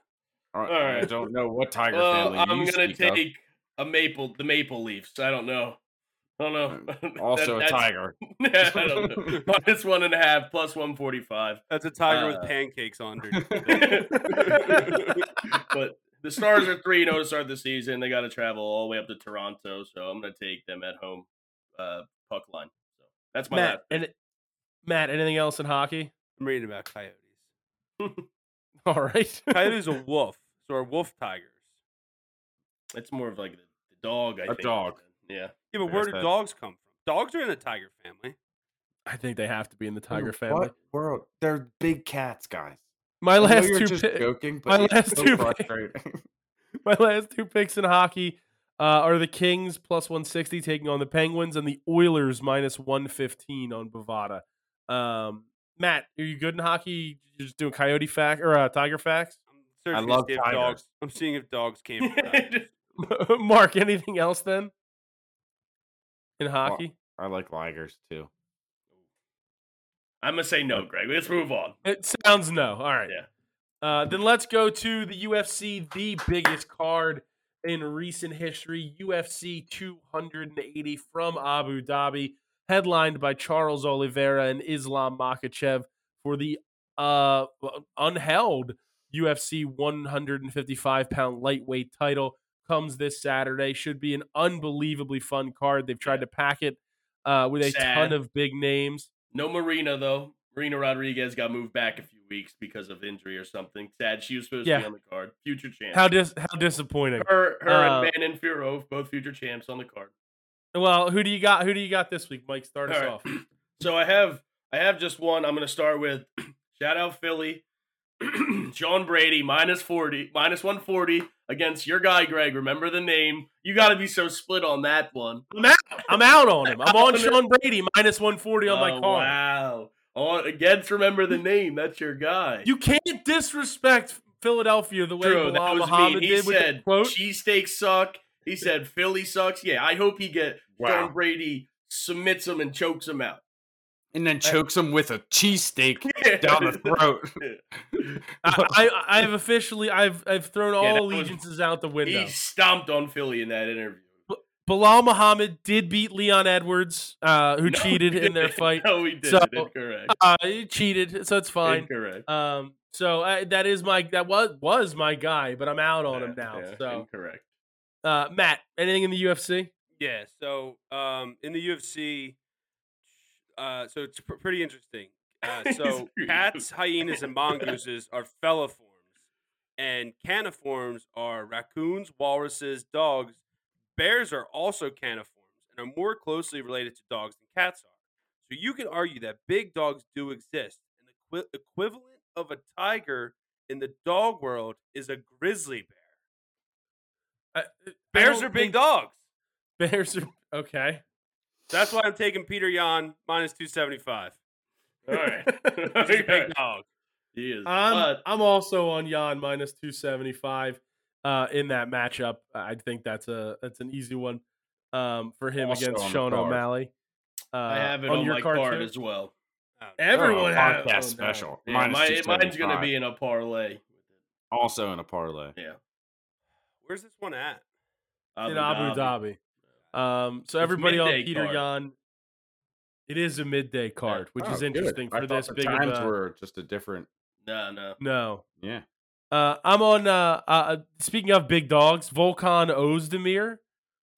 S3: All right. I
S5: Alright.
S3: don't know what tiger
S5: Well,
S3: family.
S5: Uh, I'm
S3: you
S5: gonna
S3: speak of.
S5: take a maple, the maple leaves. I don't know. I don't know. <laughs> That-
S3: Also a
S2: <laughs>
S5: that's-
S3: tiger.
S5: Yeah,
S3: <laughs>
S5: I don't know. Minus one and a half, plus one forty-five. <laughs>
S4: That's a tiger
S5: Uh,
S4: with pancakes on her. <laughs>
S5: but the Stars are three and zero to start the season. They got to travel all the way up to Toronto, so I'm going to take them at home uh, puck line. So that's my
S2: Matt, and Matt, anything else in hockey? <laughs>
S4: I'm reading about coyotes.
S2: All right.
S4: Coyotes a wolf, so are wolf tigers.
S5: last. It's more of like the, the dog. I
S3: A
S5: think.
S3: dog.
S5: Yeah.
S4: Yeah, but
S3: I
S4: where
S3: guess
S4: do
S3: that-
S4: dogs come from? Dogs are in the tiger family.
S2: I think they have to be in the tiger
S3: Dude,
S2: family.
S3: What world? They're big cats, guys.
S2: My
S3: I know
S2: last
S3: you're
S2: two
S3: just
S2: pi-
S3: joking,
S2: my
S3: but it's
S2: last
S3: so
S2: two pi-
S3: frustrating.
S2: <laughs>
S3: <laughs>
S2: my last two picks in hockey uh, are the Kings plus 160 taking on the Penguins and the Oilers minus 115 on Bovada. Um, Matt, are you good in hockey? You're just doing coyote fact or uh, tiger facts? <laughs>
S4: I'm searching to
S3: love
S4: see if
S3: tigers.
S4: dogs. I'm seeing
S3: <laughs>
S4: if dogs came from tigers.
S5: Just-
S2: Mark, anything else then in hockey?
S3: I like ligers too.
S5: <laughs> I'm gonna say no, Greg. Let's move on.
S2: It sounds no. All right.
S5: Yeah.
S2: Uh, then let's go to the UFC, the biggest card in recent history, UFC 280 from Abu Dhabi, headlined by Charles Oliveira and Islam Makachev for the uh, unheld UFC 155 pound lightweight title. Comes this Saturday. Should be an unbelievably fun card. They've tried to pack it uh, with a ton
S5: Sad.
S2: of big names.
S5: No Marina though. Marina Rodriguez got moved back a few weeks because of injury or something. Sad. She was supposed to
S2: Yeah.
S5: be on the card. Future champ.
S2: How dis- how disappointing.
S5: her her
S2: uh,
S5: and Van and Furov, both future champs on the card.
S2: Well, who do you got? Who do you got this week, Mike? Start us
S5: All right.
S2: off.
S5: <clears throat> So I have I have just one. I'm gonna start with <clears throat> shout out Philly, <clears throat> John Brady minus forty minus one forty against your guy Greg. Remember the name. You got to be so split on that one.
S2: I'm out. I'm out on him. I'm on
S5: <laughs> Out.
S2: Sean Brady minus 140 on my
S5: Oh,
S2: card.
S5: Wow. Oh, against remember the name. That's your guy.
S2: You can't disrespect Philadelphia the way
S5: True,
S2: Bilal
S5: that was
S2: Muhammad
S5: mean. He
S2: did with the
S5: said <laughs>
S2: quote.
S5: cheesesteaks suck. He said Philly sucks. Yeah, I hope he get
S3: Wow.
S5: John Brady submits him and chokes him out
S3: And then chokes him with a cheesesteak <laughs> down the
S5: <laughs>
S2: <laughs>
S3: throat.
S2: I, I, I've officially I've I've thrown all
S5: that was-
S2: allegiances out the window.
S5: He stomped on Philly in that interview.
S2: Bilal Muhammad did beat Leon Edwards, uh, who
S5: <laughs> No,
S2: cheated
S5: he
S2: in their
S5: didn't.
S2: fight.
S5: <laughs> No, he did.
S2: So-
S5: not Incorrect.
S2: Uh, he cheated, so it's fine.
S5: Incorrect.
S2: Um, so I, that is my that was was my guy, but I'm out on him
S5: Yeah,
S2: now.
S5: yeah,
S2: So <laughs>
S5: incorrect.
S2: uh, Matt, anything in the UFC?
S4: Yeah. So um, in the UFC, uh, so it's pr- pretty
S2: <laughs>
S4: interesting. Uh, so
S5: He's-
S4: cats, hyenas, and mongooses are fellow forms. and caniforms are raccoons, walruses, dogs. Bears are also caniforms and are more closely related to dogs than cats are. So you can argue that big dogs do exist. And the equi- equivalent of a tiger in the dog world is a grizzly bear. Uh,
S2: I- I
S4: Bears
S2: don't
S4: are big
S2: think-
S4: dogs.
S2: <laughs> Bears are okay.
S4: That's why I'm taking Peter Yan minus 275.
S5: <laughs> All right.
S4: He's a big dog.
S5: He is.
S2: I'm
S5: but
S2: I'm also on Jan minus two seventy five uh, in that matchup. I think that's a that's an easy one um, for him
S3: Also
S2: against
S3: on the
S2: Sean
S3: card.
S2: O'Malley. Uh,
S5: I have it on,
S2: your
S5: my card,
S2: too?
S5: as well.
S2: Everyone has
S3: oh, podcast
S2: oh, no.
S3: special.
S5: Yeah,
S3: Minus
S5: my, mine's going
S3: 275.
S5: to be in a parlay.
S3: also in a parlay.
S5: Yeah.
S4: Where's this one at?
S2: in Abu Dhabi. Um, so everybody on
S5: midday
S2: Peter
S5: card.
S2: Yan. It is a midday card, which
S3: Oh,
S2: is
S3: good.
S2: interesting
S3: I
S2: for
S3: thought
S2: this
S3: the
S2: big of
S3: times
S2: a,
S3: were just a different.
S5: No, no.
S2: no.
S3: Yeah,
S2: Uh, I'm on. Uh, uh, speaking of big dogs, Volkan Ozdemir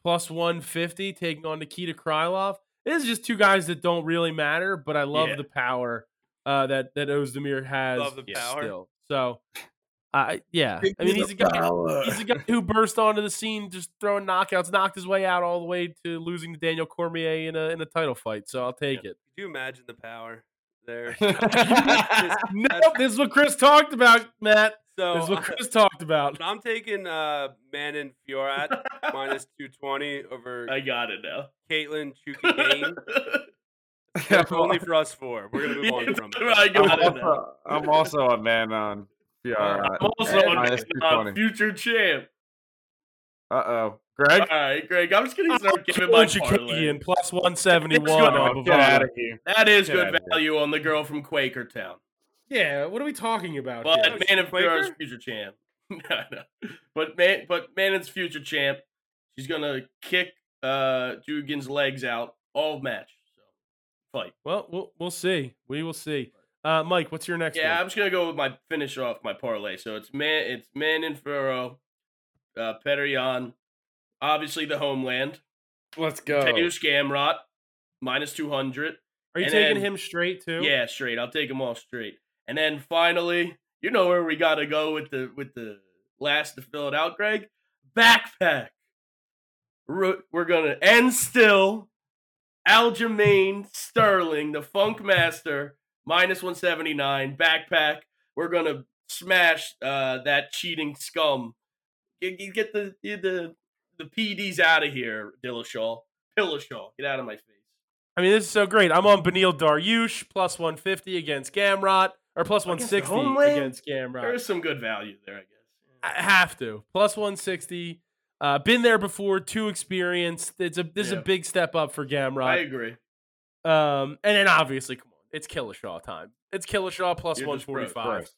S2: plus 150 taking on Nikita Krylov. This is just two guys that don't really matter, but I love
S5: Yeah.
S2: the power uh, that that Ozdemir has.
S4: Love the power.
S2: Still. So, I yeah, <laughs> I mean he's a guy. He's a guy who burst onto the scene just throwing knockouts, knocked his way out all the way to losing to Daniel Cormier in a in a title fight. So I'll take it.
S4: Could you imagine the power
S5: <laughs>
S4: there?
S2: Nope, this is what Chris talked about, Matt.
S4: So
S2: This is what
S4: <laughs>
S2: Chris talked about.
S4: I'm taking uh, Manon Fiorat
S5: <laughs>
S4: minus 220 over
S5: I got it now. <laughs>
S4: Caitlin Chucky Gain.
S3: <laughs>
S4: That's
S3: I'm,
S4: only for us four. We're going
S5: <laughs>
S4: to move on from
S5: I
S4: it.
S5: got
S2: <laughs>
S5: it now.
S3: also, I'm also a man on. Yeah,
S5: I'm also
S3: Yeah,
S5: on
S3: minus
S5: uh,
S3: 220.
S5: future champ.
S3: Uh oh, Greg.
S5: All right, Greg. I'm just going to
S2: <laughs>
S5: start giving my
S2: George
S5: parlay.
S2: Acadian plus 171
S5: Let's
S2: on
S3: Oh, get out
S2: Bovada.
S3: of here.
S5: That is
S3: Get
S5: good
S3: outta here.
S5: value on the girl from Quakertown.
S2: Yeah, what are we talking about?
S5: But
S2: here?
S4: She's
S5: Man of
S4: Quaker?
S5: Girls future champ. <laughs> I know. But man but Manon's future champ. She's gonna kick uh Dugan's legs out all match. So fight.
S2: well, we'll we'll see. We will see. Uh, Mike, what's your next
S5: yeah,
S2: one?
S5: I'm just gonna go with my finish off my parlay. So it's man it's Manon Furrow, uh Peterion, obviously the homeland.
S3: Let's go.
S5: Tadeusz Gamrot, minus two hundred.
S2: Are you
S5: and
S2: taking
S5: then-
S2: him straight too?
S5: Yeah, straight. I'll take them all straight. And then finally, you know where we gotta go with the with the last to fill it out, Greg. Backpack. Ru- We're gonna end still. Aljamain Sterling, the Funk Master, minus one seventy nine. Backpack. We're gonna smash uh, that cheating scum. Get, get- get the get the the PDs out of here, Dillashaw. Pillashaw, get out of my face.
S2: I mean, this is so great. I'm on Benil Daryush plus 150 against Gamrot or plus
S5: Against the
S2: 160
S5: homeland?
S2: against Gamrot.
S5: There is some good value there, I guess.
S2: I have to plus 160. Uh, been there before, too experienced. It's a this is
S5: Yeah.
S2: a big step up for
S5: I
S2: Gamrot.
S5: agree.
S2: Um, and then obviously, come on, it's Killishaw time. It's Killishaw plus
S5: You're just broke,
S2: 145.
S3: Gross.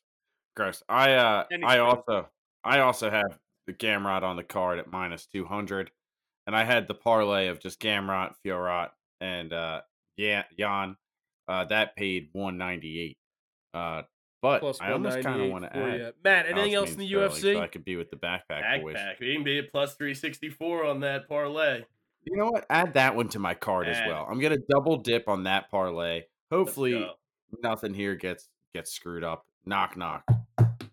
S3: Gross. I uh
S4: Any
S3: I
S4: strength.
S3: also I also have the Gamrot on the card at minus two hundred. And I had the parlay of just Gamrot, Fiorot, and uh yeah, Jan. Uh that paid one ninety eight. Uh but
S2: Plus
S3: I almost kinda
S2: 198
S3: wanna
S2: for
S3: add
S2: ya. Matt, anything else in the
S3: Aljamain Sterling
S2: UFC?
S3: So I could be with the backpack, boys.
S5: Backpack. He can be at plus 364 on that parlay.
S3: You know what? Add that one to my card as
S5: Add
S3: well.
S5: it.
S3: I'm gonna double dip on that parlay.
S5: Let's
S3: Hopefully
S5: go.
S3: nothing here gets gets screwed up. Knock knock.
S5: Let's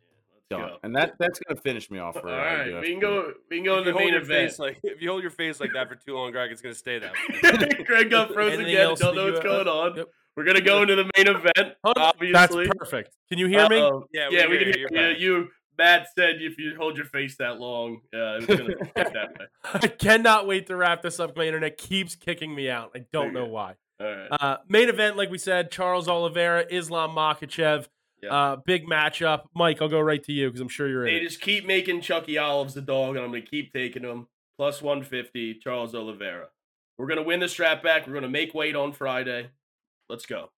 S3: Done.
S5: go.
S3: And that that's gonna finish me off
S5: <laughs>
S3: for
S5: All
S3: uh,
S5: right, we
S3: UFC.
S5: can go. We can go
S4: If you
S5: to the
S4: hold
S5: main
S4: your
S5: event.
S4: face like if you hold your face like that for too long, Greg, it's gonna stay that way.
S5: Greg got frozen
S2: Anything
S5: again.
S2: else
S5: Don't
S2: that
S5: know
S2: you-
S5: what's going on.
S2: Yep.
S5: We're gonna go into the main event.
S2: Hold on.
S5: Obviously,
S2: That's perfect. Can you hear me?
S5: Uh-oh.
S4: Yeah, we
S5: <laughs> yeah, we
S4: hear
S5: can
S4: you.
S5: hear
S4: You're
S5: you. You, Matt said if you hold your face that long, uh, it's gonna be that way.
S2: <laughs> I cannot wait to wrap this up. My internet keeps kicking me out. I don't know
S5: Okay.
S2: why.
S5: All
S2: <laughs>
S5: right.
S2: Uh, main event, like we said, Charles Oliveira, Islam Makachev.
S5: Yeah.
S2: Uh, big matchup. Mike, I'll go right to you because I'm sure you're in.
S5: They
S2: it.
S5: just keep making Chucky Olives the dog, and I'm going to keep taking him. Plus 150, Charles Oliveira. We're going to win the strap back. We're going to make weight on Friday. Let's go.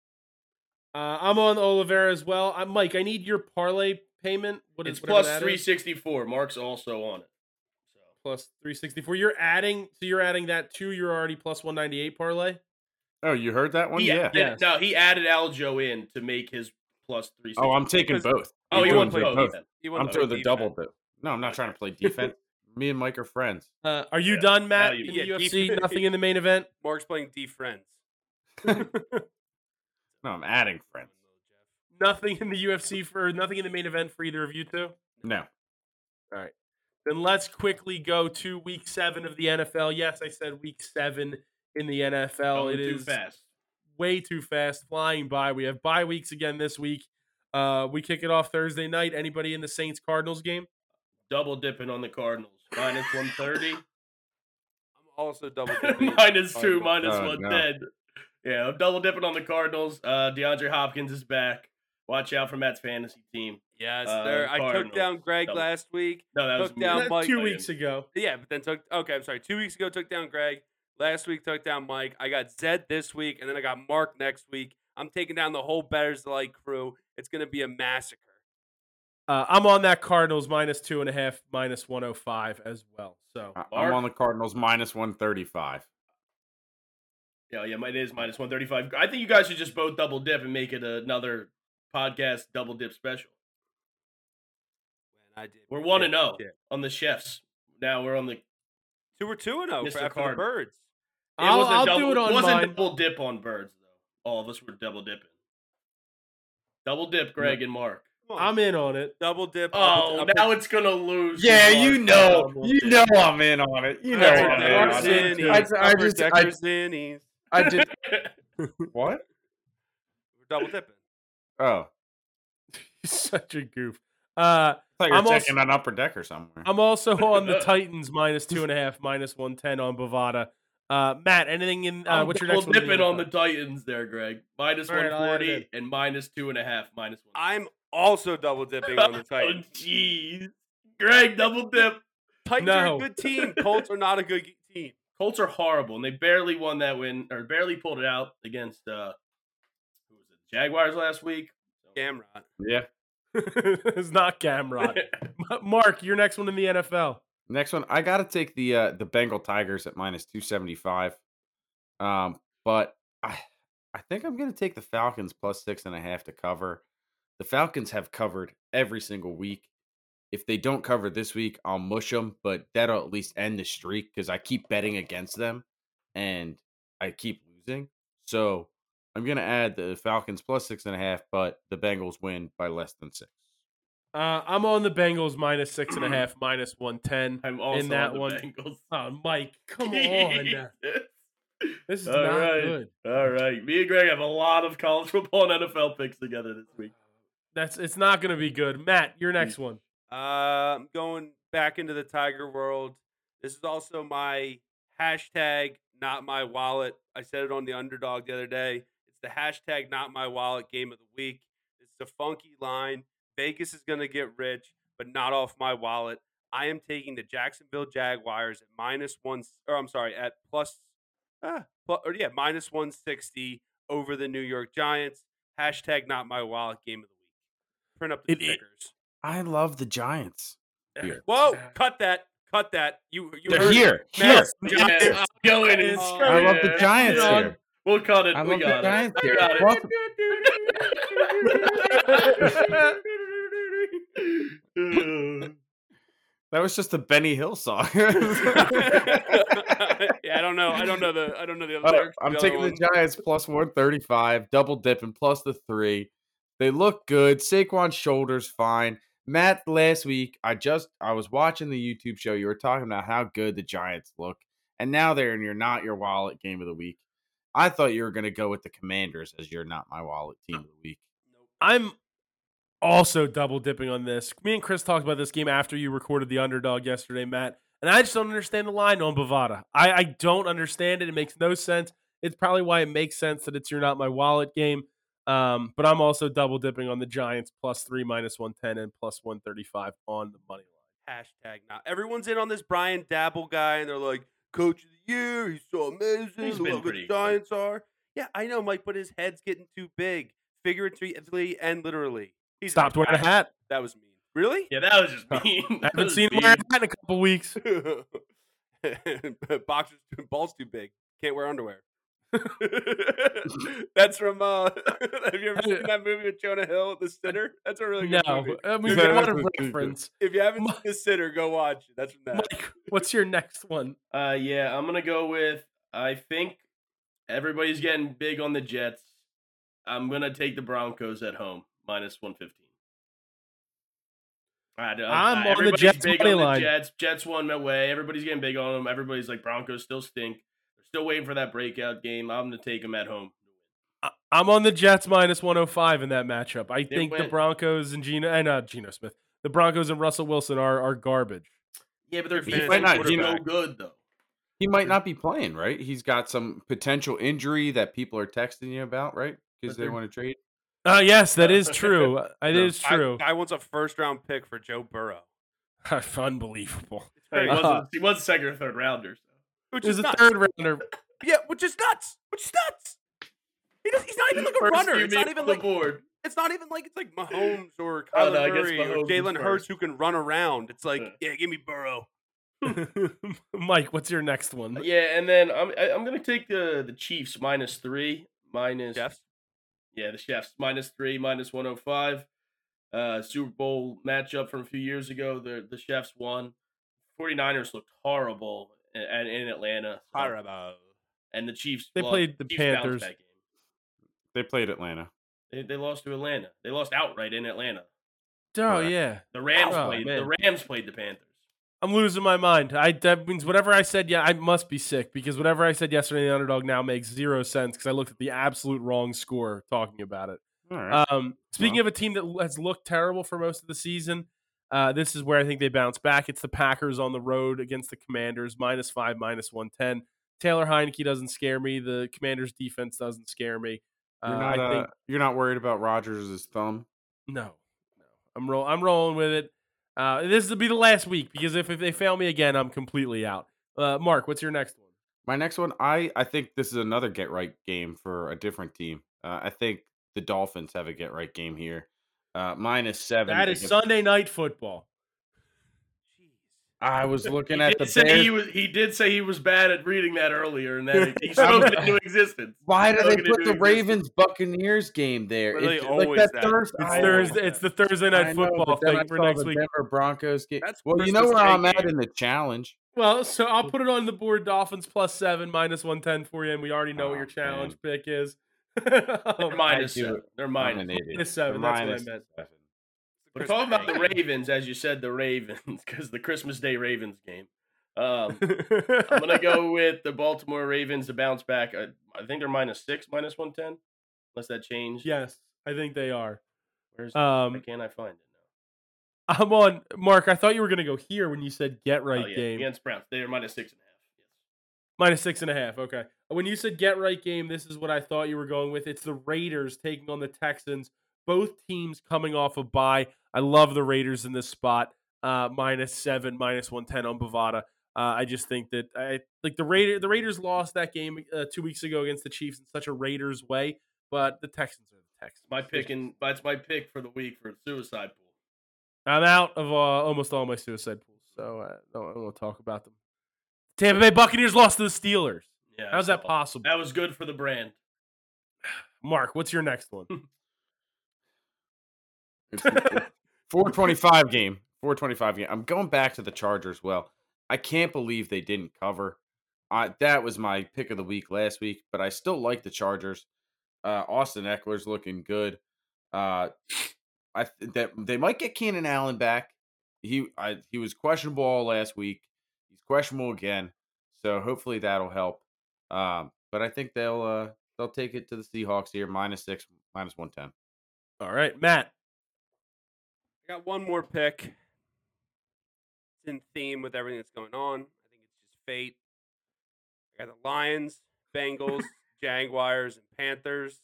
S2: Uh, I'm on Oliveira as well. Uh, Mike, I need your parlay payment. What is
S5: it's
S2: whatever
S5: plus
S2: that is.
S5: 364. Mark's also on it. So
S2: Plus 364. You're adding, so you're adding that to your already plus 198 parlay.
S3: Oh, you heard that one?
S5: he
S3: Yeah.
S5: added-
S2: Yes.
S5: No, he added Aljo in to make his plus 364.
S3: Oh, I'm taking
S4: Because-
S3: both.
S5: Oh, you
S3: I'm
S5: want
S3: doing
S5: both? then.
S4: You
S3: I'm
S4: want
S3: doing the
S4: defense.
S3: double dip. No, I'm not trying to
S5: <laughs>
S3: play defense. Me and Mike are friends.
S2: Uh, are you
S5: Yeah.
S2: done, Matt?
S5: Value.
S2: In
S4: Yeah,
S2: the UFC,
S5: <laughs>
S4: keep-
S2: nothing in the main event.
S4: Mark's playing
S3: <laughs>
S4: D friends.
S3: No, I'm
S4: <laughs>
S3: adding friends.
S2: Nothing in the UFC for nothing in the main event for either of you two.
S3: No,
S2: Then let's quickly go to week seven of the NFL. Yes, I said week seven in the NFL.
S5: Going
S2: it
S5: too
S2: is
S5: fast.
S2: way too fast, flying by. We have bye weeks again this week. Uh, we kick it off Thursday night. Anybody in the Saints Cardinals game?
S5: Double dipping on the Cardinals. Minus 130.
S4: I'm
S3: <laughs>
S4: also double dipping.
S5: minus two,
S4: Cardinals.
S5: minus
S3: Oh, no.
S5: 110. Yeah, I'm double dipping on the Cardinals. Uh, DeAndre Hopkins is back. Watch out for Matt's fantasy team.
S4: Yes,
S5: Uh,
S4: sir. I took
S5: Cardinals.
S4: down Greg
S5: Double-
S4: last week.
S5: No, that was
S4: Took down
S5: me.
S4: Mike
S2: Two weeks
S4: Williams.
S2: ago.
S4: Yeah, but then took okay. I'm sorry. Two weeks ago, took down Greg. Last week, took down Mike. I got Zed this week, and then I got Mark next week. I'm taking down the whole Betters Delight crew. It's going to be a massacre.
S2: Uh, I'm on that Cardinals minus two and a half, minus 105 as well. So
S3: I- I'm
S5: Mark?
S3: on the Cardinals minus 135.
S5: Yeah, yeah, mine is minus 135. I think you guys should just both double dip and make it another podcast double dip special.
S4: Man, I did.
S5: We're 1 and oh.
S4: Yeah, yeah.
S5: 0 on the chefs. Now we're on the. It
S4: Two or two and oh
S5: Mr.
S4: for, after the
S5: Cardinal.
S4: birds.
S2: I'll,
S5: wasn't
S2: I'll
S5: double,
S2: do it on
S5: It wasn't
S2: mine.
S5: double dip on birds, though. All of us were double dipping. Double dip, Greg and Mark.
S4: Come on.
S2: I'm in on it. <laughs>
S4: double dip.
S5: Oh,
S4: I'm,
S5: now it's going to lose. to Mark. Double dip.
S3: I'm in on it. You
S5: know
S4: Upper
S5: I'm in on
S4: Decker
S5: it.
S4: Zinnies.
S3: I- I
S4: Upper
S3: just- I-
S4: Decker Zinnies.
S3: I did what?
S4: We're double dipping.
S3: Oh,
S2: You're such a goof. Uh,
S3: I thought you were
S2: I'm also-
S3: checking an upper decker somewhere.
S2: I'm
S5: <laughs>
S2: also on the Titans minus two and a half, minus 110 on Bovada. Uh, Matt, anything in uh,
S5: I'm
S2: what's your
S5: double
S2: next one in
S5: dipping on the
S2: NFL?
S5: Titans there, Greg. Minus
S2: All right, I'll add it
S5: 140 and minus two and a half, minus one.
S4: I'm also double dipping on
S5: <laughs>
S4: the Titans.
S5: Oh, jeez. Greg, double dip.
S4: Titans are
S2: No.
S4: a good team. Colts are not a good g- team.
S5: Colts are horrible, and they barely won that win or barely pulled it out against uh, who was it? Jaguars last week.
S4: Gamrod.
S3: Yeah.
S2: <laughs> it's not
S5: <laughs>
S2: Gamrod. M- Mark, your next one in the NFL.
S3: Next one, I gotta take the uh, the Bengal Tigers at minus two seventy five. Um, but I I think I'm gonna take the Falcons plus six and a half to cover. The Falcons have covered every single week. If they don't cover this week, I'll mush them, but that'll at least end the streak because I keep betting against them and I keep losing. So I'm gonna add the Falcons plus six and a half, but the Bengals win by less than six.
S2: Uh, I'm on the Bengals minus six
S5: <clears throat>
S2: and a half, minus 110.
S5: I'm also
S2: that
S5: on the
S2: one.
S5: Bengals.
S2: Oh, Mike,
S5: <laughs>
S2: come on. This is
S5: All
S2: not
S5: right.
S2: good.
S5: All right, me and Greg have a lot of college football and NFL picks together this week.
S2: That's it's not going to be good. Matt, your next
S5: Mm.
S2: one.
S4: Uh, I'm going back into the Tiger world. This is also my hashtag, not my wallet. I said it on the underdog the other day. It's the hashtag, not my wallet game of the week. It's a funky line. Vegas is going to get rich, but not off my wallet. I am taking the Jacksonville Jaguars at minus one, or I'm sorry, at plus, ah, plu- or yeah, minus 160 over the New York Giants. Hashtag, not my wallet game of the week. Print up the
S2: It- it-
S4: stickers.
S3: I love the Giants. Here.
S4: Whoa! Cut that! Cut that! You you
S3: They're
S4: heard it.
S3: here. <laughs> Here.
S4: Matt,
S5: Yeah, I'm going Oh, in.
S2: I
S3: I love the Giants
S5: Yeah.
S3: here.
S5: We'll cut it.
S3: I
S5: we
S3: love the
S5: got it.
S3: Giants here.
S5: got it.
S3: Welcome- <laughs> That was just a Benny Hill
S5: <laughs>
S3: song.
S4: <laughs>
S3: <laughs>
S4: yeah, I don't know. I don't know the. I don't know the other.
S3: Uh,
S4: lyrics to
S3: I'm
S4: the other
S3: taking the
S4: one.
S3: Giants plus 135, double dipping plus the three. They look good. Saquon's shoulders fine. Matt, last week I just I was watching the YouTube show. You were talking about how good the Giants look, and now they're in your not your wallet game of the week. I thought you were going to go with the Commanders as your not my wallet team of the week.
S2: I'm also double dipping on this. Me and Chris talked about this game after you recorded the underdog yesterday, Matt. And I just don't understand the line on Bovada. I, I don't understand it. It makes no sense. It's probably why it makes sense that it's your not my wallet game. Um, but I'm also double dipping on the Giants plus three, minus 110, and plus 135 on the money line.
S4: hashtag. Now everyone's in on this Brian Dabble guy, and they're like, "Coach of the year, he's so amazing.
S5: He's
S4: Look
S5: been
S4: what the
S5: pretty good."
S4: Giants are." Yeah, I know, Mike, but his head's getting too big, figuratively and literally. He's
S2: Stopped wearing a hat.
S4: That was mean. Really?
S5: <laughs> Yeah, that was
S3: Oh,
S5: just mean. That
S2: Haven't
S5: was
S2: seen him
S5: mean.
S2: wear a hat in a couple <laughs> weeks.
S4: <laughs> Boxers, balls too big. Can't wear
S5: <laughs>
S4: underwear. <laughs> That's from. Uh, <laughs> have you ever seen that movie with Jonah Hill, The Sinner? That's a really
S2: No,
S4: good movie.
S2: I mean,
S4: Dude,
S2: what
S3: that
S2: a
S3: was-
S2: reference.
S4: If you haven't
S2: My-
S4: seen The Sinner, go watch it. That's from that.
S2: Mike, what's your next one?
S5: Uh, yeah, I'm gonna go with. I think everybody's getting big on the Jets. I'm gonna take the Broncos at home minus 115. I don't-
S2: I'm on the
S5: everybody's
S2: Jets
S5: big
S2: money
S5: on the
S2: line.
S5: Jets. Jets won my way. Everybody's getting big on them. Everybody's like Broncos still stink. They're still waiting for that breakout game. I'm gonna take them at home.
S2: I- I'm on the Jets minus 105 in that matchup. I think the
S5: win.
S2: Broncos and Geno and uh, Geno Smith, the Broncos and Russell Wilson are are garbage.
S5: Yeah, but their
S4: Your
S5: defense
S4: fantasy
S5: not
S3: quarterback.
S5: no good though.
S3: He might not be playing, right? He's got some potential injury that people are texting you about, right? Because
S5: But
S3: they
S5: they're-
S3: want to trade.
S2: Uh yes, that is true. Uh, It
S3: No,
S2: is true. <laughs>
S4: I, wants a first round pick for Joe Burrow.
S2: Unbelievable.
S5: Hey, he,
S2: Uh-huh.
S5: wasn't, he was a second or third rounder. So.
S4: Which
S2: It was
S4: is
S2: a
S4: nuts.
S2: third rounder.
S4: Yeah, which is nuts. Which is nuts. He does, he's not even like a
S5: First
S4: runner.
S5: QB
S4: It's not even
S5: on the
S4: like
S5: board.
S4: it's not even like it's like Mahomes or
S5: Oh,
S4: Kyler
S5: no, I guess
S4: Murray or
S5: Mahomes is
S4: Jalen Hurts
S5: first.
S4: who can run around. It's like
S5: Yeah.
S4: yeah, give me Burrow.
S2: <laughs> Mike, what's your next one?
S5: Uh, Yeah, and then I'm I- I'm gonna take the the Chiefs minus three minus
S4: Jeffs.
S5: Yeah, the Chiefs minus three, minus one hundred five. Uh, Super Bowl matchup from a few years ago. The the Chiefs won. 49ers looked horrible in, in Atlanta. so-
S4: Horrible.
S5: And the Chiefs.
S2: They
S5: lost-
S2: played the
S5: Chiefs bounced
S2: Panthers.
S5: that game.
S3: They played Atlanta.
S5: They, they lost to Atlanta. They lost outright in Atlanta.
S2: Oh
S3: Correct.
S2: yeah.
S5: The Rams
S2: Oh,
S5: played.
S2: man.
S5: The Rams played the Panthers.
S2: I'm losing my mind. I that means whatever I said. Yeah, I must be sick because whatever I said yesterday, the underdog now makes zero sense because I looked at the absolute wrong score talking about it.
S3: All right.
S2: Um, speaking
S3: Well.
S2: of a team that has looked terrible for most of the season, uh, this is where I think they bounce back. It's the Packers on the road against the Commanders, minus five, minus one ten. Taylor Heineke doesn't scare me. The Commanders defense doesn't scare me.
S3: you're,
S2: Uh,
S3: not,
S2: I think
S3: uh, you're not worried about Rogers' thumb.
S2: no, no. I'm roll. I'm rolling with it. Uh, this will be the last week because if, if they fail me again, I'm completely out. Uh, Mark, what's your next one?
S3: My next one, I I think this is another get right game for a different team. Uh, I think the Dolphins have a get right game here. Uh, minus seven.
S2: That is
S3: against-
S2: Sunday night football.
S3: I was looking
S5: He
S3: at
S5: did,
S3: the
S5: say
S3: Bears.
S5: he, was, he did say he was bad at reading that
S2: <laughs>
S5: earlier, and then he spoke it into existence.
S3: Why do they
S5: Looking
S3: put
S5: into
S3: the
S5: existence.
S3: Ravens Buccaneers game there?
S4: Well, they
S3: It's like
S4: always
S3: that
S4: that.
S3: Thursday.
S2: It's
S3: I-
S2: Thursday. It's the Thursday night
S3: I know,
S2: football
S3: but then I
S2: thing for
S3: saw
S2: next
S3: the
S2: week.
S3: Denver Broncos game.
S4: That's
S3: well, you know
S4: Christmas
S3: where
S4: Day
S3: I'm at
S4: game.
S3: in the challenge.
S2: Well, so I'll put it on the board. Dolphins plus seven, minus one ten for you, and we already know what
S3: Oh,
S2: your challenge pick is. <laughs> Um,
S5: They're minus
S3: do.
S5: seven. They're
S3: I'm
S5: minus.
S3: an idiot.
S2: Minus seven,
S3: They're
S2: that's what I
S3: minus
S2: meant.
S3: seven.
S5: We're talking about the Ravens, as you said, the Ravens, <laughs> because the Christmas Day Ravens game.
S2: <laughs>
S5: Um, I'm gonna <laughs> go with the Baltimore Ravens to bounce back. I, I think they're minus six, minus one ten, unless that changed.
S2: Yes, I think they are.
S5: Where's why
S2: Um,
S5: can't I find it
S2: I'm on Mark. I thought you were gonna go here when you said get
S5: now?
S2: right
S5: Oh, yeah,
S2: game.
S5: against Browns. They are minus six and a half. Yes.
S2: Minus six and a half. Okay. When you said get right game, this is what I thought you were going with. It's the Raiders taking on the Texans. Both teams coming off a bye. I love the Raiders in this spot. Uh, minus seven, minus one ten on Bovada. Uh, I just think that I like the Raider. The Raiders lost that game uh, two weeks ago against the Chiefs in such a Raiders way, but the Texans are the Texans.
S5: My
S2: They're
S5: pick and that's my pick for the week for suicide pool.
S2: I'm out of uh, almost all my suicide pools, so I don't, I don't want to talk about them. Tampa Bay Buccaneers lost to the Steelers.
S5: Yeah, I
S2: How's that
S5: saw.
S2: possible?
S5: That was good for the brand.
S2: Mark, what's your next <laughs> one?
S3: It's- it's 425 game. 425 game. I'm going back to the Chargers. Well, I can't believe they didn't cover. I, that was my pick of the week last week, but I still like the Chargers. Uh, Austin Eckler's looking good. Uh, I th- that they might get Keenan Allen back. He I, he was questionable all last week. He's questionable again, so hopefully that'll help. Um, but I think they'll uh, they'll take it to the Seahawks here minus six, minus one ten.
S2: All right, <laughs> Matt.
S4: I got one more pick. It's in theme with everything that's going on. I think it's just fate. I got the Lions,
S2: <laughs>
S4: Bengals, Jaguars, and Panthers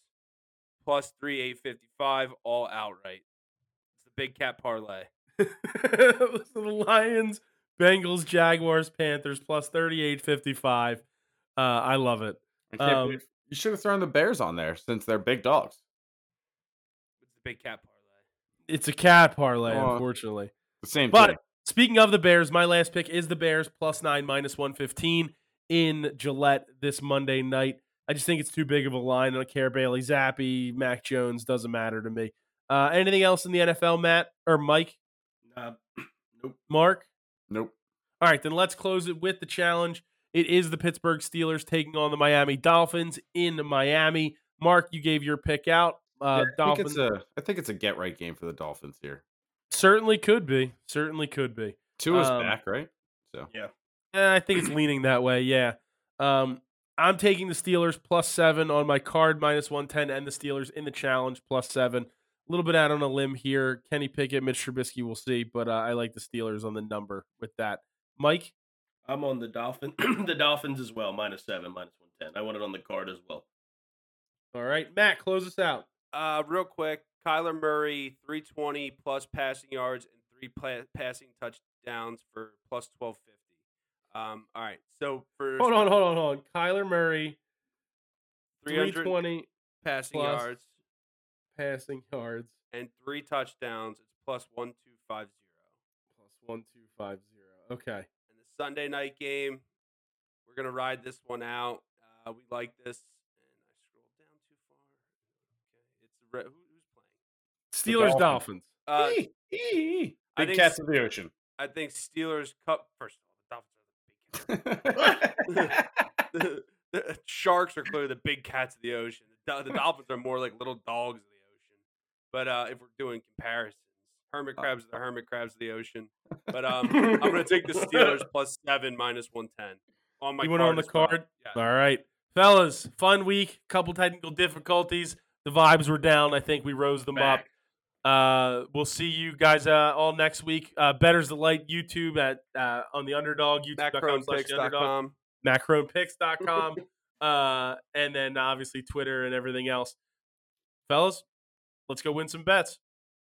S4: plus three eight fifty five all outright. It's the big cat parlay.
S2: the Lions, Bengals, Jaguars, Panthers plus 38.55. Uh, I love it.
S3: I can't
S2: Um,
S3: believe you should have thrown the Bears on there since they're big dogs.
S4: It's the big cat parlay.
S2: It's a cat parlay,
S3: Aw.
S2: unfortunately.
S3: The same
S2: But
S3: thing.
S2: Speaking of the Bears, my last pick is the Bears plus nine, minus 115 in Gillette this Monday night. I just think it's too big of a line. I don't care. Bailey Zappi, Mac Jones, doesn't matter to me. Uh, anything else in the NFL, Matt or Mike,
S5: Nah,
S2: <clears throat>
S5: nope.
S2: Mark?
S3: Nope.
S2: All right, then let's close it with the challenge. It is the Pittsburgh Steelers taking on the Miami Dolphins in Miami. Mark, you gave your pick out. Uh,
S3: Yeah, I, think
S2: Dolphins.
S3: it's a, I think it's a get right game for the Dolphins here.
S2: Certainly could be. Certainly could be.
S3: Two is
S2: Um,
S3: back, right? So
S2: Eh, I think it's leaning that way. Yeah. Um, I'm taking the Steelers plus seven on my card minus one ten, and the Steelers in the challenge plus seven. A little bit out on a limb here. Kenny Pickett, Mitch Trubisky, we'll see, but uh, I like the Steelers on the number with that. Mike,
S5: I'm on the Dolphin, <clears throat> the Dolphins as well, minus seven, minus one ten. I want it on the card as well.
S2: all right, Matt, close us out.
S4: Uh, real quick, Kyler Murray, 320 plus passing yards and three pla- passing touchdowns for plus 1250. Um, all right. So for
S2: Hold on, hold on, hold on. Kyler Murray,
S4: 300
S2: 320
S4: passing
S2: plus.
S4: yards
S2: passing yards,
S4: and three touchdowns, it's plus 1250.
S2: plus one two five zero. Okay.
S4: And the Sunday night game, we're going to ride this one out. Uh, we like this. And I scrolled down too far. Okay. It's the Re- who, who's playing?
S2: Steelers,
S3: Dolphins.
S2: Dolphins.
S4: Uh,
S3: Eee, eee, eee.
S4: I
S3: big
S4: think
S3: cats of the ocean.
S4: I think Steelers Cup. First of all, the Dolphins are the big
S2: <laughs>
S4: the, <laughs> the sharks are clearly the big cats of the ocean. The, do- the dolphins are more like little dogs of the ocean. But uh, if we're doing comparisons,
S2: Uh.
S4: hermit crabs are the hermit crabs of the ocean. But um, I'm going to take the Steelers
S2: <laughs>
S4: plus seven minus one ten on my.
S2: You want it on the
S4: card as well.
S2: card?
S4: Yeah.
S2: All right, fellas, fun week. Couple technical difficulties. The vibes were down. I think we rose them
S5: Back.
S2: up. Uh, we'll see you guys uh, all next week. Uh, Better's the light YouTube at uh, on the underdog YouTube.com slash The underdog
S4: Macronpicks.com.
S2: macronpicks.com, uh, and then obviously Twitter and everything else. Fellas, let's go win some bets.